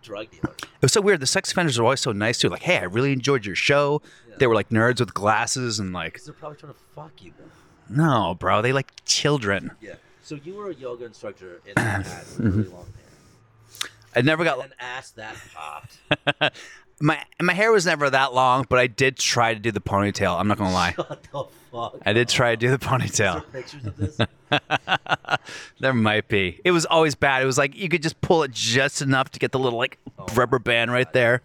drug dealer.
It was so weird. The sex offenders were always so nice too. Like, hey, I really enjoyed your show. They were like nerds with glasses and like,
Because they're probably trying to fuck you, though.
no, bro, they like children.
Yeah. So you were a yoga instructor in Manhattan with really long hair.
I never
And
got
an ass that popped.
my my hair was never that long, but I did try to do the ponytail. I'm not gonna lie,
What the fuck?
I did try to do the
Is there
ponytail.
pictures of this?
There might be. It was always bad. It was like you could just pull it just enough to get the little like rubber band right there.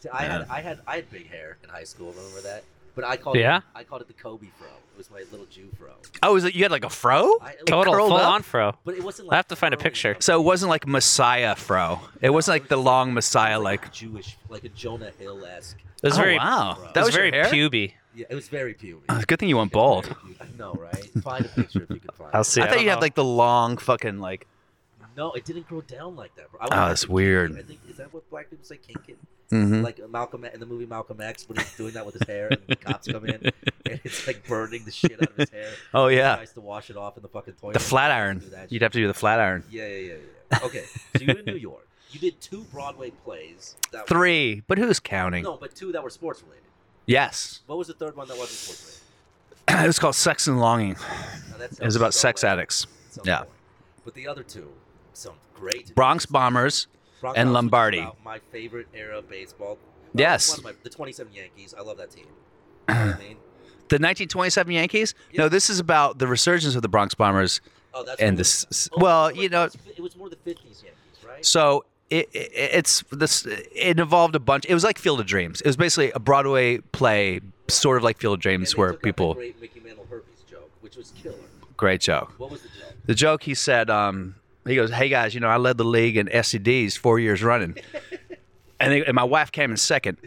See, I had I had I had big hair in high school. Remember that? But I called
Yeah?
it I called it the Kobe fro. It was my little Jew fro.
Oh, was it you had like a fro?
I-
It
Total
curled
full
up?
on fro.
But it wasn't like
I'll have to find a
curly
picture.
enough.
So it wasn't like Messiah fro. It wasn't like the long Messiah like.
Jewish, like a Jonah Hill esque.
It was
oh,
very,
wow.
it
That
was
was your
very
hair?
puby.
Yeah, it was very puny.
Uh, good thing you went bald.
I know, right? Find a picture if you can find.
I'll
it.
see.
I thought
don't
you'd have
know.
like the long fucking like.
No, it didn't grow down like that. Bro. I
Oh,
went
that's
back to
weird. Mm-hmm.
kinking. I think is that what black people say kinking? Like uh, Malcolm in the movie Malcolm X when he's doing that with his hair and the cops come in and it's like burning the shit out of his hair.
Oh
He
yeah,
tries to wash it off in the fucking toilet.
the flat
He
iron.
doesn't do that
You'd
shit.
have to do the flat iron.
Yeah, yeah, yeah, yeah. Okay, so you're in New York. You did two Broadway plays. That were-
Three, but who's counting?
No, but two that were sports related.
Yes,
What was the third one that wasn't sports
it was called Sex and Longing.
related? Now, that
It was
sounds
about
so
sex
lame.
addicts.
Sounds
Yeah.
boring. But the other two sound great.
Bronx Bombers.
Broncos
and
was
Lombardi.
about my favorite era of baseball.
Yes.
One of my- the 27 Yankees. I love that team. You know what I mean?
The 1927 Yankees? No,
Yeah.
this is about the resurgence of the Bronx Bombers.
Oh, that's
And
cool.
this- s-
Oh,
well,
wait,
you know-
it was, it was more the 50s Yankees, right?
So it, it it's this. It involved a bunch. It was like Field of Dreams. It was basically a Broadway play, sort of like Field of
And
Dreams,
they
where
took out that
people
Great Mickey Mantle herpes joke, which was killer.
great joke.
What was the joke?
the joke he said um, he goes hey guys you know i led the league in scds four years running and, they, and my wife came in second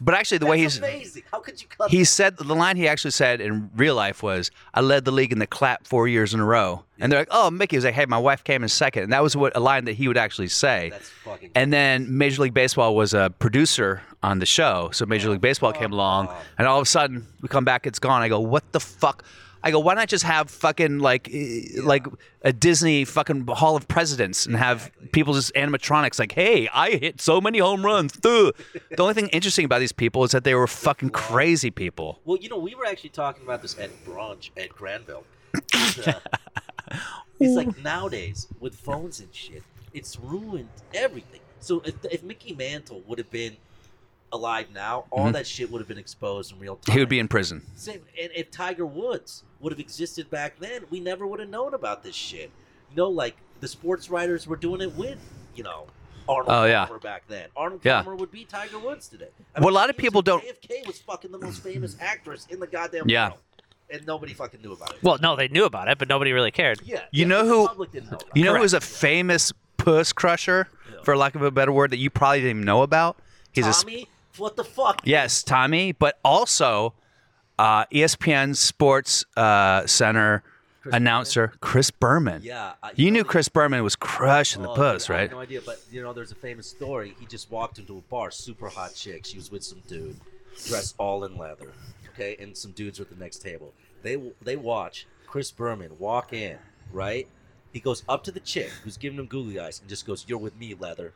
but actually the way
That's
he's
amazing. How could you cut?
he said the line he actually said in real life was i led the league in the clap four years in a row and they're like oh mickey was like hey my wife came in second and that was what a line that he would actually say
That's fucking.
and then Major League Baseball was a producer on the show. So Major League Baseball came
Oh,
along, and all of a sudden we come back, it's gone. I go, what the fuck? I go, why not just have fucking like eh, like a Disney fucking Hall of Presidents and have people just animatronics like, hey, I hit so many home runs. Duh. the only thing interesting about these people is that they were fucking crazy people.
well, you know, we were actually talking about this at brunch at Granville. It's, uh, it's like nowadays with phones and shit, it's ruined everything. So if, if Mickey Mantle would have been alive now, all that shit would have been exposed in real time.
Mm-hmm. He would be in prison.
Same, and if Tiger Woods would have existed back then, we never would have known about this shit. You know, like the sports writers were doing it with, you know, Arnold
Oh, yeah.
Palmer back then. Arnold
Yeah.
Palmer would be Tiger Woods today.
Well, a lot of
he was-
people don't-
JFK was fucking the most famous actress in the goddamn
Yeah.
world, and nobody fucking knew about it.
Well, no, they knew about it, but nobody really cared.
yeah,
You
yeah,
know
the
who-
Public didn't know about
You know
it.
who is a famous puss crusher, for lack of a better word, that you probably didn't even know about? He's a
Tommy, what the fuck?
Yes, E Tommy, but also uh, ESPN Sports uh, Center
Chris
announcer Chris Berman.
Yeah, I-
You knew
know-
Chris Berman was crushing the
Oh,
post,
dude, I
right?
have no idea, but you know, there's a famous story. He just walked into a bar, super hot chick. She was with some dude, dressed all in leather. Okay, and some dudes were at the next table. They they watch Chris Berman walk in. Right, he goes up to the chick who's giving him googly eyes and just goes, "You're with me, leather."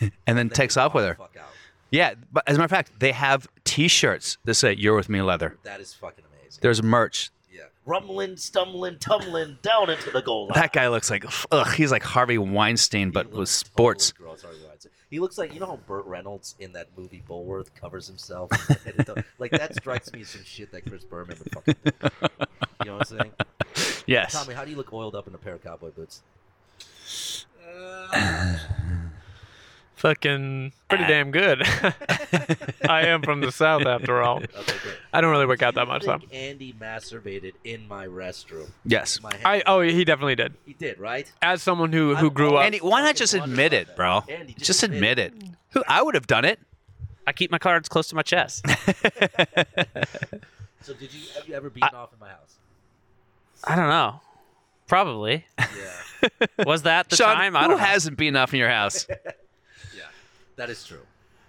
and then
Then
takes
he
off with her.
walked the fuck out.
Yeah, but as a matter of fact, they have T-shirts that say "You're with me, leather."
That is fucking amazing.
There's merch.
yeah, rumbling, stumbling, tumbling down into the goal line.
That guy looks like ugh, he's like Harvey Weinstein,
He
but with
looks
sports.
totally gross, Harvey Weinstein. He looks like you know how Burt Reynolds in that movie Bullworth covers himself. like that strikes me as some shit that Chris Berman would fucking do. You know what I'm saying?
Yes,
Tommy, how do you look oiled up in a pair of cowboy boots?
Fucking
Ah.
pretty damn good. I am from the south, after all.
Okay, great.
I don't really work out that
I
much, though.
think Andy masturbated in my restroom.
yes.
My hand.
I oh, he definitely did.
he did, right?
As someone who
I'm
who grew up,
Andy, why not just
fucking wondered
admit
about
it,
that.
bro?
Andy, just
Just
admit
admit it. Who I would have done it.
I keep my cards close to my chest.
So did you have you ever beaten off in my house?
I don't know. Probably.
Yeah,
Was that the
Sean,
time?
who
I don't know.
hasn't been up in your house?
yeah, that is true.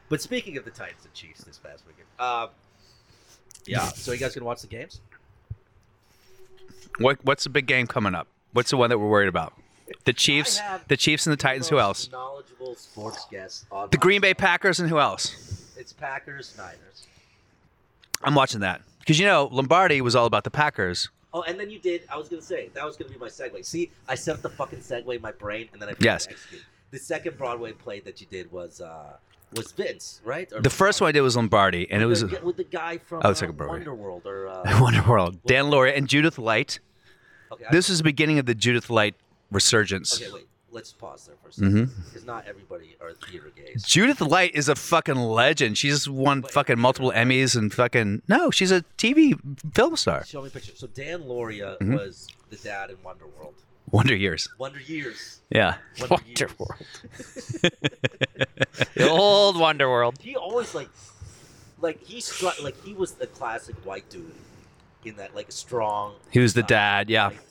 But speaking of the Titans and Chiefs this past weekend, um, yeah. So you guys gonna watch the games?
What What's the big game coming up? What's the one that we're worried about? The Chiefs,
I have
the Chiefs, and the Titans. Who
most
else?
Knowledgeable sports guest on
The
my
Green Bay
show.
Packers and who else?
It's Packers, Niners.
I'm watching that because you know Lombardi was all about the Packers.
Oh, and then you did. I was gonna say that was gonna be my segue. See, I set up the fucking segue in my brain, and then I forgot
Yes.
to execute. The second Broadway play that you did was uh was Vince, right? Or
The first one I did was Lombardi, and it was
with the, with the guy from
Oh,
uh,
the second Broadway.
Wonderworld, or uh,
Wonderworld. Dan Lauria and Judith Light.
okay, I-
This is the beginning of the Judith Light resurgence.
okay, wait. Let's pause there for a second
Mm-hmm.
because not everybody are theater gays.
Judith Light is a fucking legend. She's won fucking multiple Emmys and fucking no, she's a TV film star.
Show me a picture. So Dan Loria
Mm-hmm.
was the dad in Wonderworld.
Wonder Years.
Wonder Years.
Yeah.
Wonder Years.
Wonderworld. the old Wonderworld.
he always like like he struck like he was the classic white dude in that like strong
He was the
uh,
dad, yeah.
white dude.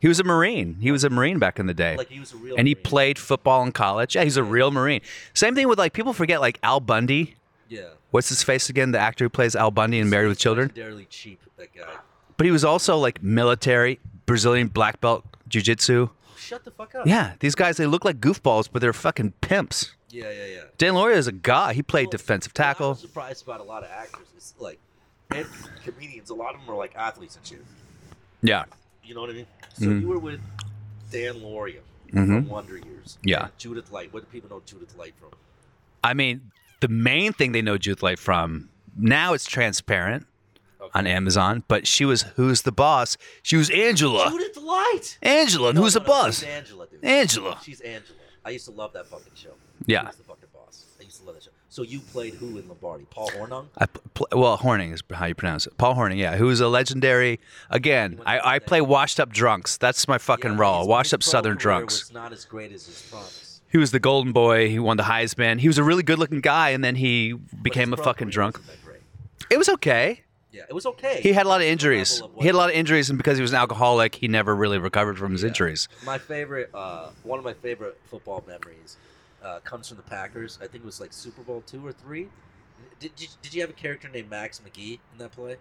He was a Marine. He was a Marine back in the day.
like he was a real
and he
Marine.
played football in college. Yeah, he's a real Marine. Same thing with like people forget like Al Bundy.
yeah
What's his face again? The actor who plays Al Bundy in Married with Children.
legendarily cheap that guy
But he was also like military, Brazilian black belt jiu-jitsu.
shut the fuck up
Yeah, these guys they look like goofballs, but they're fucking pimps.
yeah yeah yeah
Dan Loria is a god. He played defensive
What I'm
tackle.
surprised about a lot of actors is like and comedians a lot of them are like athletes and shit
Yeah,
you know what I mean so
Mm-hmm.
you were with Dan Loria
Mhm.
from Wonder Years
Yeah.
and Judith Light what do people know Judith Light from
I mean the main thing they know Judith Light from now it's transparent on Amazon, but she was Who's the Boss? She was Angela.
Judith Light
Angela, and Who's
No,
the
no, no,
Boss?
She's Angela, dude.
Angela.
She's Angela. I used to love that fucking show.
Yeah.
Who's the fucking boss? I used to love that show. So you played who in Lombardi? Paul Hornung?
I pl- pl- well, Horning is how you pronounce it. Paul Horning, yeah, who is a legendary. Again, I, I play washed up drunks. That's my fucking
Yeah,
role.
his-
Washed
his
up
pro
Southern
career
drunks.
Was not as great as his promise.
He was the golden boy. He won the Heisman. He was a really good looking guy, and then he
But
became
his
a
pro
fucking
career
drunk.
wasn't that great.
It was okay.
Yeah, it was okay.
He had a lot of injuries.
level of what-
He had a lot of injuries, and because he was an alcoholic, he never really recovered from his injuries.
My favorite, uh, one of my favorite football memories, uh, comes from the Packers. I think it was like Super Bowl two or three. Did, did, did you have a character named Max McGee in that play?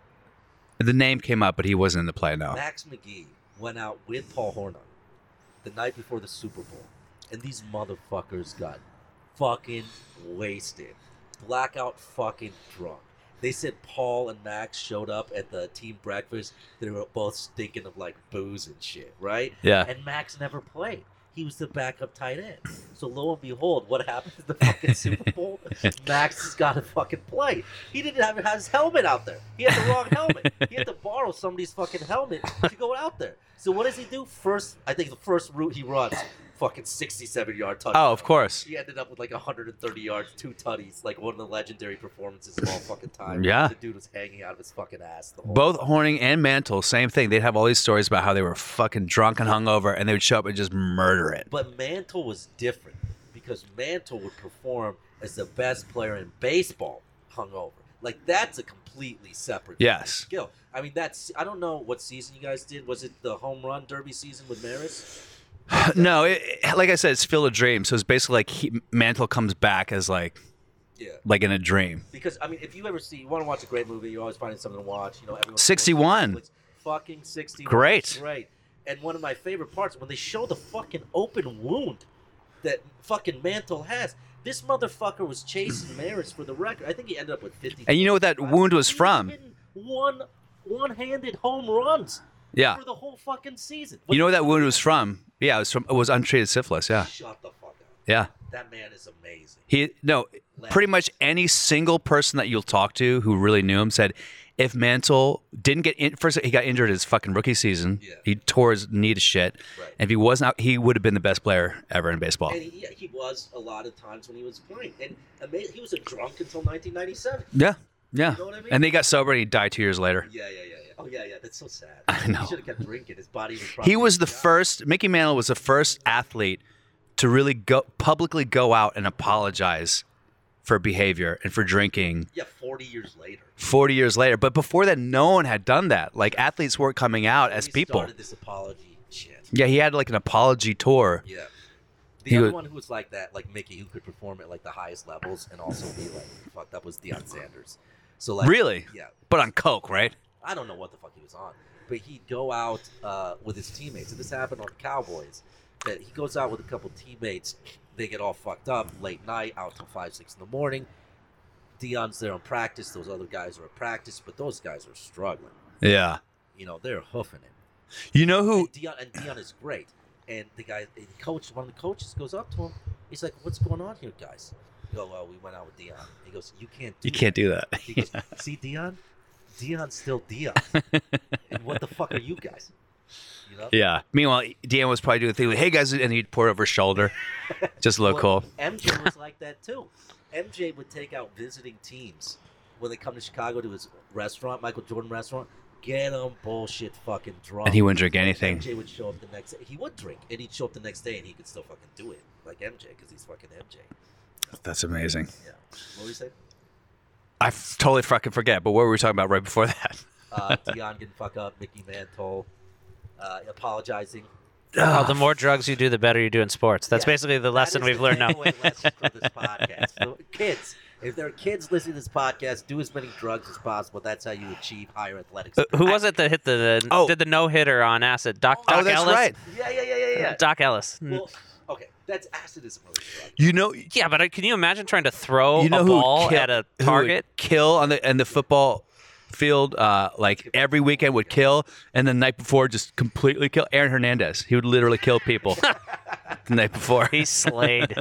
The name came up, but he wasn't in the play. No.
Max McGee went out with Paul Hornung the night before the Super Bowl, and these motherfuckers got fucking wasted, blackout fucking drunk. They said Paul and Max showed up at the team breakfast. They were both stinking of like booze and shit, right?
Yeah.
And Max never played. He was the backup tight end. So lo and behold, what happened to the fucking Super Bowl? Max has got to fucking play. He didn't have have his helmet out there. He had the wrong helmet. He had to borrow somebody's fucking helmet to go out there. So what does he do? First, I think the first route he runs, fucking 67 yard touchdown.
Oh, of course.
He ended up with like 130 yards, two tutties, like one of the legendary performances of all fucking time.
Yeah.
The dude was hanging out of his fucking ass the whole
Both Horning and Mantle, same thing. They'd have all these stories about how they were fucking drunk and hungover, and they would show up and just murder it.
But Mantle was different because Mantle would perform as the best player in baseball hungover. Like that's a completely separate
Yes.
skill. I mean, that's I don't know what season you guys did. Was it the home run derby season with Maris?
No, it, it- like I said, it's Field of Dreams. So it's basically like he, Mantle comes back as like
Yeah.
like in a dream.
Because I mean, if you ever see, you want to watch a great movie, you're always finding something to watch. You know, everyone
61.
Netflix. fucking sixty.
Great.
great. And one of my favorite parts when they show the fucking open wound that fucking Mantle has. This motherfucker was chasing Maris for the record. I think he ended up with fifty.
And you know what that wound was
He
from?
hitting One one-handed home runs
Yeah.
for the whole fucking season.
Ah. You know where that wound was from? Yeah, it was from it was untreated syphilis. Yeah,
Shut the fuck up.
yeah.
That man is amazing.
He no, pretty much any single person that you'll talk to who really knew him said, if Mantle didn't get in, first he got injured his fucking rookie season.
Yeah.
He tore his knee to shit.
Right.
And if he wasn't, out, he would have been the best player ever in baseball.
And he, yeah, he was a lot of times when he was playing. And ama- he was a drunk until 1997.
Yeah, yeah.
You know what I mean?
And they got sober and he died two years later.
Yeah, yeah, yeah, yeah. Oh, yeah, yeah. That's so sad.
I know.
He should have kept drinking. His body was probably.
He was the first. Mickey Mantle was the first athlete to really go publicly go out and apologize for behavior and for drinking
Yeah, 40 years later.
40 years later. But before that, no one had done that. Like athletes weren't coming out as
He
people.
started this apology shit.
Yeah, he had like an apology tour.
Yeah. The
He
other
was-
one who was like that, like Mickey, who could perform at like the highest levels and also be like fucked up, was Deion Sanders. So like,
Really?
yeah,
But on coke, right?
I don't know what the fuck he was on, but he'd go out uh, with his teammates, and this happened on the Cowboys. That he goes out with a couple teammates, they get all fucked up late night, out till five, six in the morning. Dion's there on practice; those other guys are at practice, but those guys are struggling.
Yeah.
You know, they're hoofing it.
You know who?
And Dion and Dion is great, and the guy, the coach, one of the coaches goes up to him. He's like, "What's going on here, guys?" Go, well, we went out with Dion. He goes, "You can't. Do
You can't do that.
he goes, See, Dion, Dion's still Dion. and what the fuck are you guys? You know?
yeah. Meanwhile, Deanne was probably doing the thing with, hey guys, and he'd pour over his shoulder. Just look
Well,
cool.
MJ was like that too. MJ would take out visiting teams when they come to Chicago to his restaurant, Michael Jordan restaurant. Get him bullshit fucking drunk.
And he wouldn't drink anything.
MJ would show up the next. He would drink, and he'd show up the next day, and he could still fucking do it like MJ because he's fucking MJ.
That's amazing.
Yeah. What were you saying?
I f- totally fucking forget, but what were we talking about right before that?
Uh, Dion can fuck up. Mickey Mantle uh, apologizing.
Oh, the more drugs you do, the better you do in sports. That's
Yeah.
basically the
That
lesson
is
we've
the
learned now.
takeaway lesson from this podcast. So, kids, if there are kids listening to this podcast, do as many drugs as possible. That's how you achieve higher athletics.
Uh, Who was it that hit the, the
Oh.
did the no hitter on acid? Doc,
Oh,
Doc
that's
Ellis.
right.
Yeah, yeah, yeah, yeah, yeah.
Doc Ellis. Mm.
Well, okay, that's acid is a really drug.
You know,
yeah, but I- can you imagine trying to throw
you know
a
who would
ball
kill,
at a
who would
target?
kill on the and the football field, uh, like every weekend would kill, and the night before just completely kill. Aaron Hernandez, he would literally kill people the night before.
He slayed.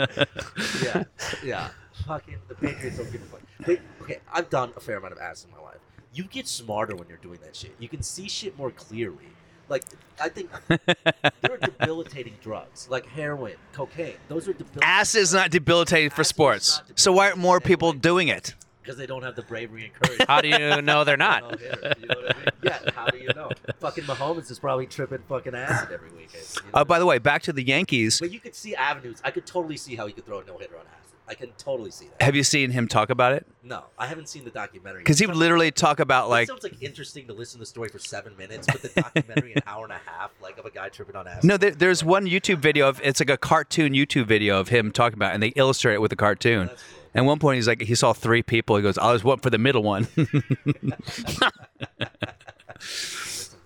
Yeah, yeah. Fucking the Patriots don't give a fuck. They, okay, I've done a fair amount of acid in my life. You get smarter when you're doing that shit. You can see shit more clearly. Like I think there are debilitating drugs, like heroin, cocaine. Those are debilitating.
Acid is not debilitating
Acid
for
is
sports,
not
so why aren't more
debilitating.
people doing it?
because they don't have the bravery and courage.
How do you know they're
No
not?
hitter, you know what I mean? Oh, Yeah, how do you know? fucking Mahomes is probably tripping fucking acid every weekend. you know?
Uh, by the way, back to the Yankees.
but you could see avenues. I could totally see how he could throw a no hitter on acid. I can totally see that.
Have you seen him talk about it?
No, I haven't seen the documentary.
Because he
It
would
sounds-
literally talk about
it
like,
sounds like interesting to listen to the story for seven minutes, but the documentary an hour and a half, like of a guy tripping on acid.
no, there, there's one YouTube video of it's like a cartoon YouTube video of him talking about, it, and they illustrate it with a cartoon.
That's cool.
At one point, he's like, he saw three people. He goes, I was one for the middle one.
That's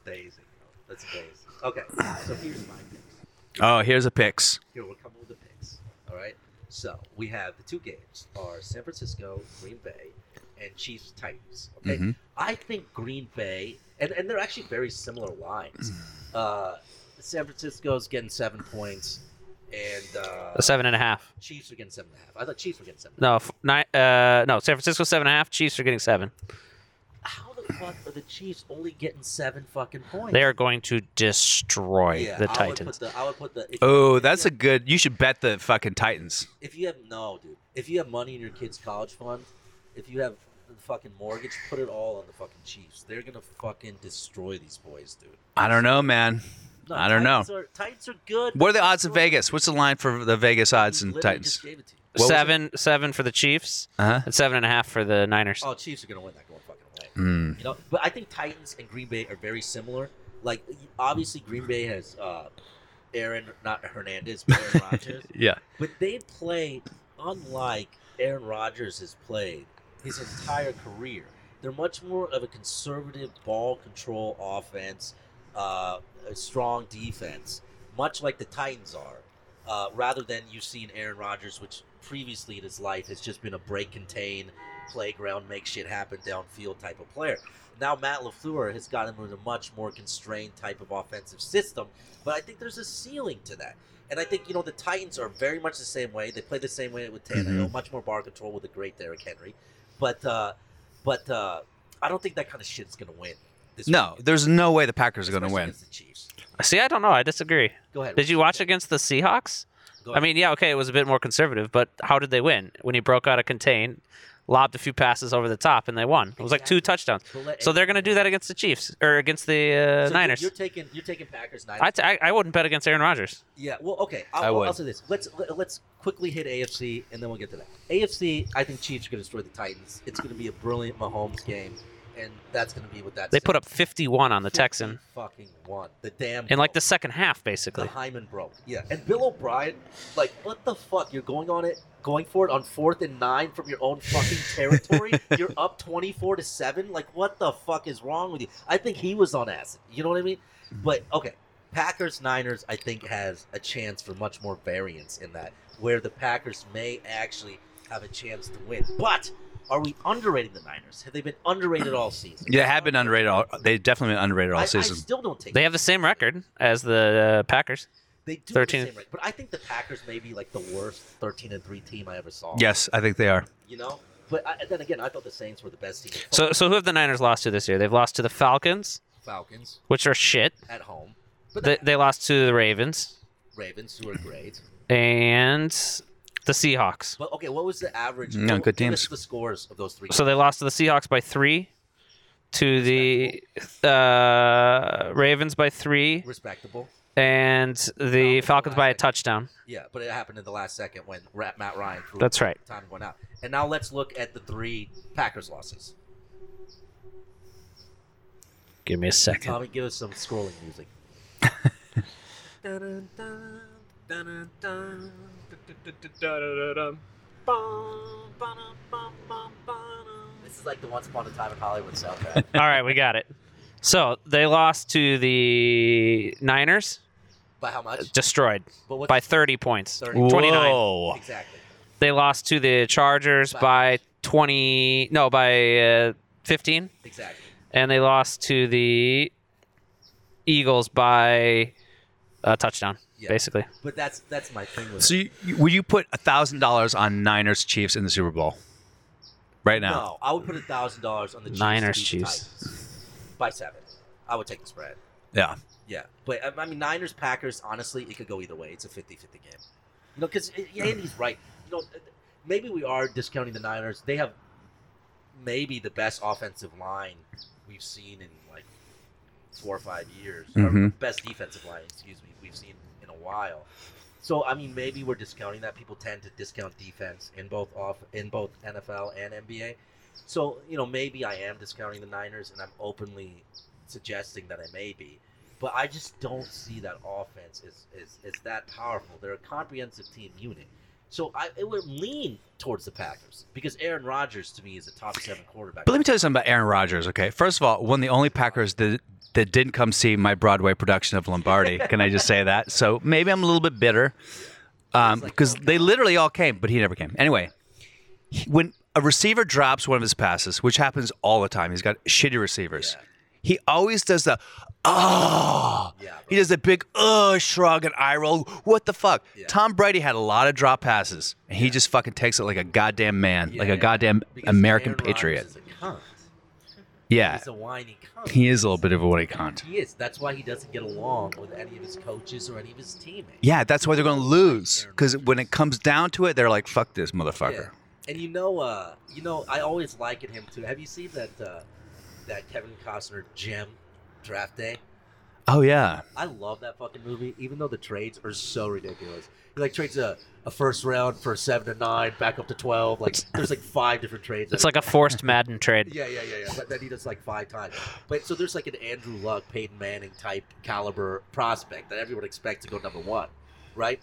amazing. bro. That's amazing. Okay, so here's my picks.
oh, here's a picks.
Here we're coming with the picks. All right. So we have the two games are San Francisco, Green Bay, and Chiefs Titans. Okay.
Mm-hmm.
Mhm.
I think Green Bay, and, and they're actually very similar lines.
Mm.
Uh, San Francisco's getting seven points, and uh,
Seven and a half.
Chiefs are getting seven and a half. I thought Chiefs were getting seven. and a half.
No, f- nine, uh, no. San Francisco seven and a half. Chiefs are getting seven.
How the fuck are the Chiefs only getting seven fucking points?
They are going to destroy
yeah, Oh,
the
I would put
Titans.
the- I would put the. if-
Oh,
if
that's
you
a good. You should bet the fucking Titans.
If you have no, dude. If you have money in your kid's college fund, if you have the fucking mortgage, put it all on the fucking Chiefs. They're gonna fucking destroy these boys, dude.
I don't know, man.
No,
I don't
Titans
know.
Are, Titans are good.
What are the
but
odds of
they're-
Vegas? What's the line for the Vegas odds
He
and
literally
Titans?
just gave it to you.
What was it?
seven, seven for the Chiefs,
Uh-huh.
and seven and a half for the Niners.
Oh, Chiefs are gonna win that going fucking away.
Hmm.
You know, but I think Titans and Green Bay are very similar. Like obviously, Green Bay has uh, Aaron, not Hernandez, but Aaron Rodgers.
Yeah.
But they play unlike Aaron Rodgers has played his entire career. They're much more of a conservative ball control offense, uh, a strong defense, much like the Titans are, uh, rather than you've seen Aaron Rodgers, which previously in his life has just been a break contain, playground, make shit happen downfield type of player. Now Matt LaFleur has gotten into a much more constrained type of offensive system, but I think there's a ceiling to that. And I think, you know, the Titans are very much the same way. They play the same way with Tannehill, much more bar control with the great Derrick Henry. But uh but uh I don't think that kind of shit's gonna win. This
No,
weekend,
there's no way the Packers are going to
especially
win.
against the Chiefs.
See, I don't know. I disagree.
Go ahead.
Did you watch against the Seahawks?
Go
I
ahead.
mean, yeah, okay, it was a bit more conservative, but how did they win? When he broke out a contain, lobbed a few passes over the top, and they won. It was like two touchdowns.
Don't let
So they're going to
anyone
do that against the Chiefs or against the uh,
So you're-
Niners.
You're taking you're taking Packers Niners.
I, t- I, I wouldn't bet against Aaron Rodgers.
Yeah. Well, okay. I'll,
I
I'll-
would.
I'll say this. Let's let, let's quickly hit AFC and then we'll get to that. AFC. I think Chiefs are going to destroy the Titans. It's going to be a brilliant Mahomes game, and that's going to be what that.
They put up 51 on the Texan
Fucking one. The damn.
in like
broke.
the second half,
The
basically.
Hyman broke. Yeah. And Bill O'Brien, like, what the fuck? You're going on it, going for it on fourth and nine from your own fucking territory. You're up twenty-four to seven. Like, what the fuck is wrong with you? I think he was on acid. You know what I mean? But okay, Packers Niners, I think has a chance for much more variance in that, where the Packers may actually have a chance to win. But are we underrating the Niners? Have they been underrated all season?
Yeah, they have been underrated all. They definitely been underrated all
I, I
season.
still don't take.
They have the same record as the uh, Packers.
They do
13.
the same, right? But I think the Packers may be like the worst 13 and 3 team I ever saw.
yes, I think they are.
You know? But I, then again, I thought the Saints were the best team. in
So, so who have the Niners lost to this year? They've lost to the Falcons,
Falcons
which are shit.
at home. But
They,
the
they lost to the Ravens
Ravens, who are great.
and the Seahawks.
But okay, what was the average?
No,
what-
good
give us
teams.
the scores of those three.
So they lost to the Seahawks by three, to the uh, Ravens by three,
Respectable.
and the
Falcons
Falcons by a
last.
touchdown.
Yeah, but it happened in the last second when Ra- Matt Ryan threw
That's right.
time going out. And now let's look at the three Packers losses.
Give me a second.
Tommy, give us some scrolling music. Dun, dun, dun, dun, dun, This is like the Once Upon a Time in Hollywood soundtrack.
All right, we got it. So they lost to the Niners,
By how much?
destroyed
But what's
by 30 points.
30.
29.
Whoa.
Exactly.
They lost to the Chargers by 20, no, by uh, 15.
Exactly.
and they lost to the Eagles by a touchdown,
Yeah.
basically.
But that's that's my thing with
So,
it.
you, you- would you put thousand dollars on Niners Chiefs in the Super Bowl right now?
No, I would put a thousand dollars on the Chiefs to
Niners,
beat the
Chiefs.
Titans. by seven. I would take the spread.
Yeah.
Yeah, but I- I mean, Niners Packers. Honestly, it could go either way. It's a 50-50 game. You know, because Andy's right. You know, maybe we are discounting the Niners. They have maybe the best offensive line we've seen in like four or five years. Or
Mhm.
best defensive line, excuse me, we've seen in a while. So I mean, maybe we're discounting that. People tend to discount defense in both off in both NFL and NBA. So you know, maybe I am discounting the Niners, and I'm openly suggesting that I may be. But I just don't see that offense is, is, is that powerful. They're a comprehensive team unit. So I it would lean towards the Packers because Aaron Rodgers to me is a top seven quarterback.
But let me tell you something about Aaron Rodgers. Okay, first of all, one of the only Packers that that didn't come see my Broadway production of Lombardi. Can I just say that? So maybe I'm a little bit bitter because they literally all came, but he never came. Anyway, he- when a receiver drops one of his passes, which happens all the time, he's got shitty receivers.
Yeah.
He always does the oh.
Yeah,
he does the big uh shrug and eye roll. What the fuck?
Yeah.
Tom Brady had a lot of drop passes, and he just fucking takes it like a goddamn man, like
Yeah.
a goddamn
Because
American
Aaron Rodgers
patriot.
is a cunt.
Yeah.
He's a whiny cunt.
He is a little bit of a witty cunt.
He is. That's why he doesn't get along with any of his coaches or any of his teammates.
Yeah, that's why they're going to lose. Because when it comes down to it, they're like, "Fuck this
Yeah.
motherfucker."
And you know, uh, you know, I always liken him to. Have you seen that uh, that Kevin Costner gem draft day?
Oh yeah.
I love that fucking movie, even though the trades are so ridiculous. He like trades a, a first round for seven to nine, back up to twelve. Like there's like five different trades.
It's like a forced Madden trade.
yeah, yeah, yeah, yeah. But that he does like five times. But so there's like an Andrew Luck, Peyton Manning type caliber prospect that everyone expects to go number one, right?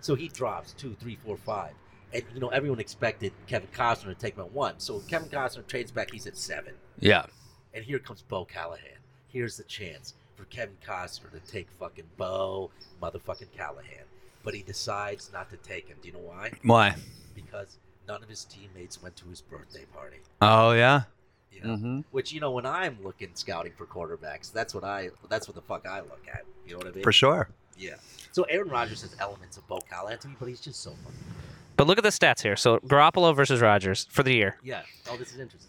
So he drops two, three, four, five, and you know everyone expected Kevin Costner to take him at one. So Kevin Costner trades back. He's at seven.
Yeah.
And here comes Bo Callahan. Here's the chance for Kevin Costner to take fucking Bo motherfucking Callahan. But he decides not to take him. Do you know why?
Why?
Because none of his teammates went to his birthday party.
Oh yeah.
You know?
Mm-hmm.
Which, you know, when I'm looking scouting for quarterbacks, that's what I that's what the fuck I look at. You know what I mean?
For sure.
Yeah. So Aaron Rodgers has elements of Bo Callahan to me, but he's just so funny.
But look at the stats here. So Garoppolo versus Rogers for the year.
Yeah. Oh, this is interesting.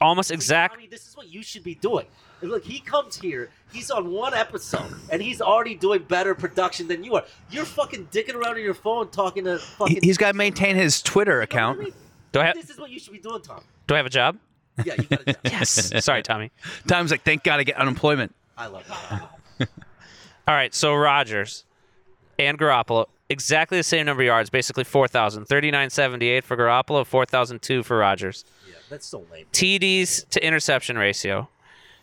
Almost
I
exact.
mean, this is what you should be doing. And look, he comes here, he's on one episode, and he's already doing better production than you are. You're fucking dicking around on your phone talking to
He,
fucking.
he's got to maintain his
You
Twitter
know what I
account.
mean?
Do I have
This is what you should be doing, Tom.
do I have a job?
Yeah, you got it.
Yes. Sorry, Tommy.
Tom's like, thank God I get unemployment.
I love that.
All right, so Rogers and Garoppolo, exactly the same number of yards, basically 4,000. 3978 for Garoppolo, 4,002 for Rogers.
Yeah, that's so lame.
TDs to interception ratio.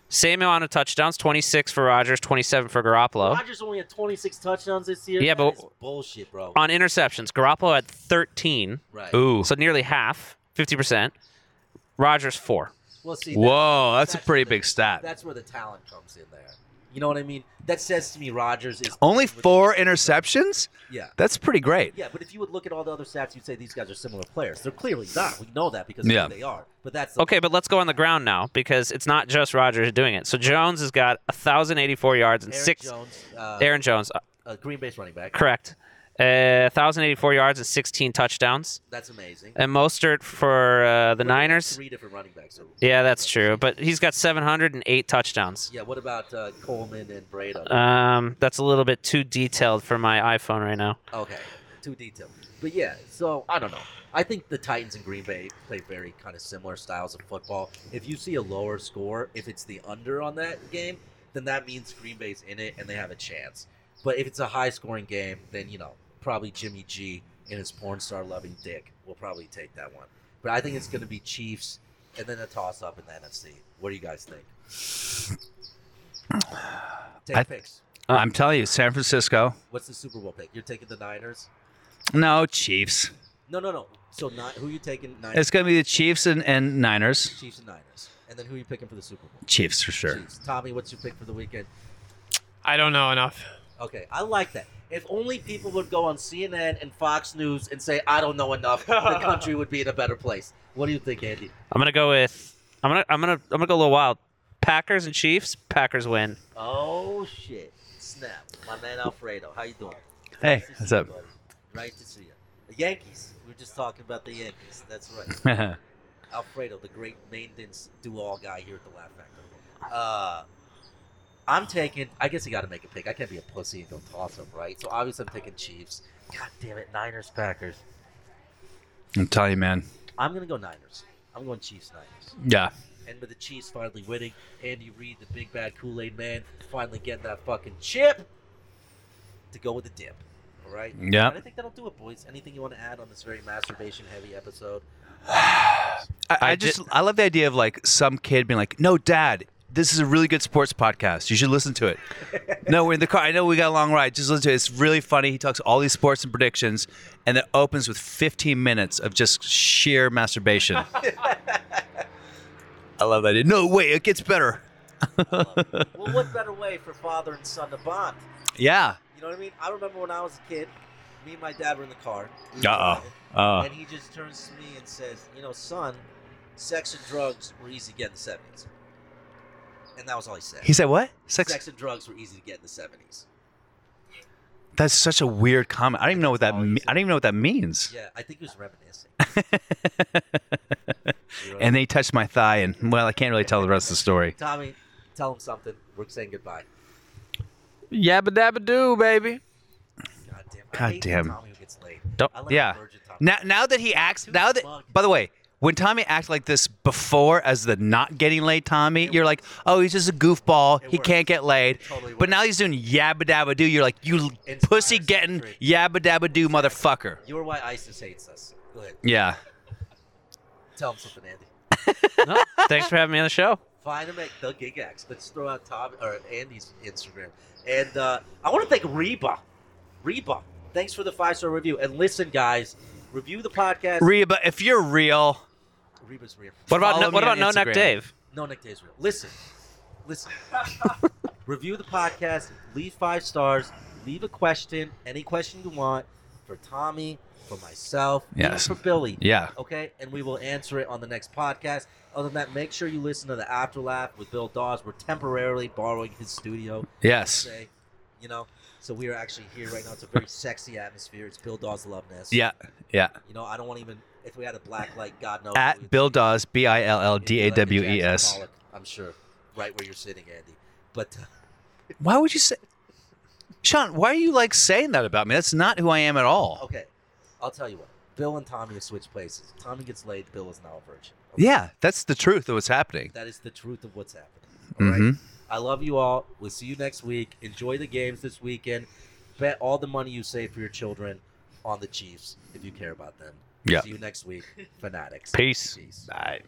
Same amount of touchdowns, 26 for Rogers, 27 for Garoppolo.
Rodgers only had 26 touchdowns this year.
Yeah,
That
but-
is bullshit, bro.
On interceptions, Garoppolo had 13,
right.
Ooh.
so nearly half, 50%. Rogers, 4.
Well, see, that-
Whoa, that's a
that's
pretty
the-
big stat.
that's where the talent comes in there. You know what I mean? That says to me, Rodgers is
Only four interceptions?
Yeah.
That's pretty great.
Yeah, but if you would look at all the other stats, you'd say these guys are similar players. They're clearly not. We know that because of who
Yeah.
they are. But that's the
Okay, but let's go on the ground now because it's not just Rogers doing it. So Jones has got 1,084 yards and
Aaron
six.
Jones, uh,
Aaron Jones, uh,
uh, Green Bay's running back.
correct. Uh, 1,084 yards and 16 touchdowns.
That's amazing.
And Mostert for uh, the
But
Niners.
Three different running backs. So-
Yeah, that's true. But he's got 708 touchdowns.
Yeah. What about uh, Coleman and Breda?
Um, that's a little bit too detailed for my iPhone right now.
okay. Too detailed. But yeah. So I don't know. I think the Titans and Green Bay play very kind of similar styles of football. If you see a lower score, if it's the under on that game, then that means Green Bay's in it and they have a chance. But if it's a high scoring game, then you know probably Jimmy G and his porn star loving dick will probably take that one. But I think it's going to be Chiefs and then a toss up in the NFC. What do you guys think? Take
I-
picks.
Uh, I'm telling you, San Francisco.
What's the Super Bowl pick? You're taking the Niners?
No, Chiefs.
No, no, no. So not, who you taking? Niners,
It's going to be the Chiefs and, and Niners.
Chiefs and Niners. And then who you picking for the Super Bowl?
Chiefs for sure.
Chiefs. Tommy, what's your pick for the weekend?
I don't know enough.
Okay, I like that. If only people would go on CNN and Fox News and say, I don't know enough, the country would be in a better place. What do you think, Andy?
I'm gonna go with. I'm gonna. I'm gonna. I'm gonna go a little wild. Packers and Chiefs. Packers win.
Oh, shit. Snap. My man Alfredo. How you doing?
Hey,
Nice to
what's
see
up?
you, buddy. Great to see you. The Yankees. We were just talking about the Yankees. That's right. Alfredo, the great maintenance do-all guy here at the Laugh Factory. Uh, I'm taking. I guess you got to make a pick. I can't be a pussy and go toss them, right? So obviously I'm taking Chiefs. God damn it, Niners Packers.
I'm telling you, man.
I'm gonna go Niners. I'm going Chiefs Niners.
Yeah.
And with the Chiefs finally winning, Andy Reid, the big bad Kool-Aid man, finally getting that fucking chip to go with the dip. All right.
Yeah.
And I think that'll do it, boys. Anything you want to add on this very masturbation-heavy episode?
I, I
I
just,
did-
I love the idea of like some kid being like, no, dad, this is a really good sports podcast. You should listen to it. no, we're in the car. I know we got a long ride. Just listen to it. It's really funny. He talks all these sports and predictions, and it opens with 15 minutes of just sheer masturbation. I love that. No, wait, it gets better.
I love it. well, what better way for father and son to bond?
Yeah.
You know what I mean? I remember when I was a kid, me and my dad were in the car. We were
Uh-oh.
driving,
Uh,
And he just turns to me and says, You know, son, sex and drugs were easy to get in the 70s. And that was all he said.
he said, what?
sex,
Sex?
and drugs were easy to get in the 70s.
That's such a weird comment. I don't even know what that. Me- I don't even know what that means.
Yeah, I think he was reminiscing. You know what I
and they touched my thigh, and well, I can't really tell the rest of the story.
mean? Tommy, tell him something. We're saying goodbye.
Yabba dabba doo, baby.
God damn. I
God
hate the
damn.
Tommy who gets laid.
Don't-
I like
yeah.
virgin Tommy.
Now, now that he acts, now that by the way, When Tommy acts like this before as the not getting laid Tommy, you're like, oh, he's just a goofball. He
worked.
can't get laid.
totally
but now he's doing yabba dabba doo. You're like, you l-
Inspires
pussy getting
hatred.
yabba dabba doo motherfucker.
You're why ISIS hates us. Go ahead.
Yeah.
Tell him something, Andy.
No, thanks for having me on the show.
Find him at the Gigax. Let's throw out Tom or Andy's Instagram. And uh, I want to thank Reba. Reba, thanks for the five star review. And listen, guys, review the podcast.
Reba, if you're real,
Reba's real.
What about
Follow
no, what
me
about
on
No
Instagram.
Neck Dave?
No, Nick Day's real. Listen, listen. Review the podcast. Leave five stars. Leave a question. Any question you want for Tommy, for myself, even
Yes.
for Billy.
yeah.
Okay, and we will answer it on the next podcast. Other than that, make sure you listen to the After Laugh with Bill Dawes. We're temporarily borrowing his studio.
Yes.
Say, you know, so we are actually here right now. It's a very sexy atmosphere. It's Bill Dawes' love nest.
Yeah. Yeah.
You know, I don't want even if we had a black light, God knows.
At
we'd-
Bill Dawes, B I L L
it'd be
D
like
A
a
W E S.
Jackson Pollock, I'm sure, right where you're sitting, Andy. But uh,
Why would you say, Sean? Why are you like saying that about me? That's not who I am at all.
okay, I'll tell you what. Bill and Tommy have switched places. Tommy gets laid. Bill is now a virgin. Okay?
Yeah, that's the truth of what's happening.
That is the truth of what's happening. All right?
Mhm.
I love you all. We'll see you next week. Enjoy the games this weekend. Bet all the money you save for your children on the Chiefs if you care about them.
Yeah.
See you next week, fanatics.
Peace.
Peace.
Bye.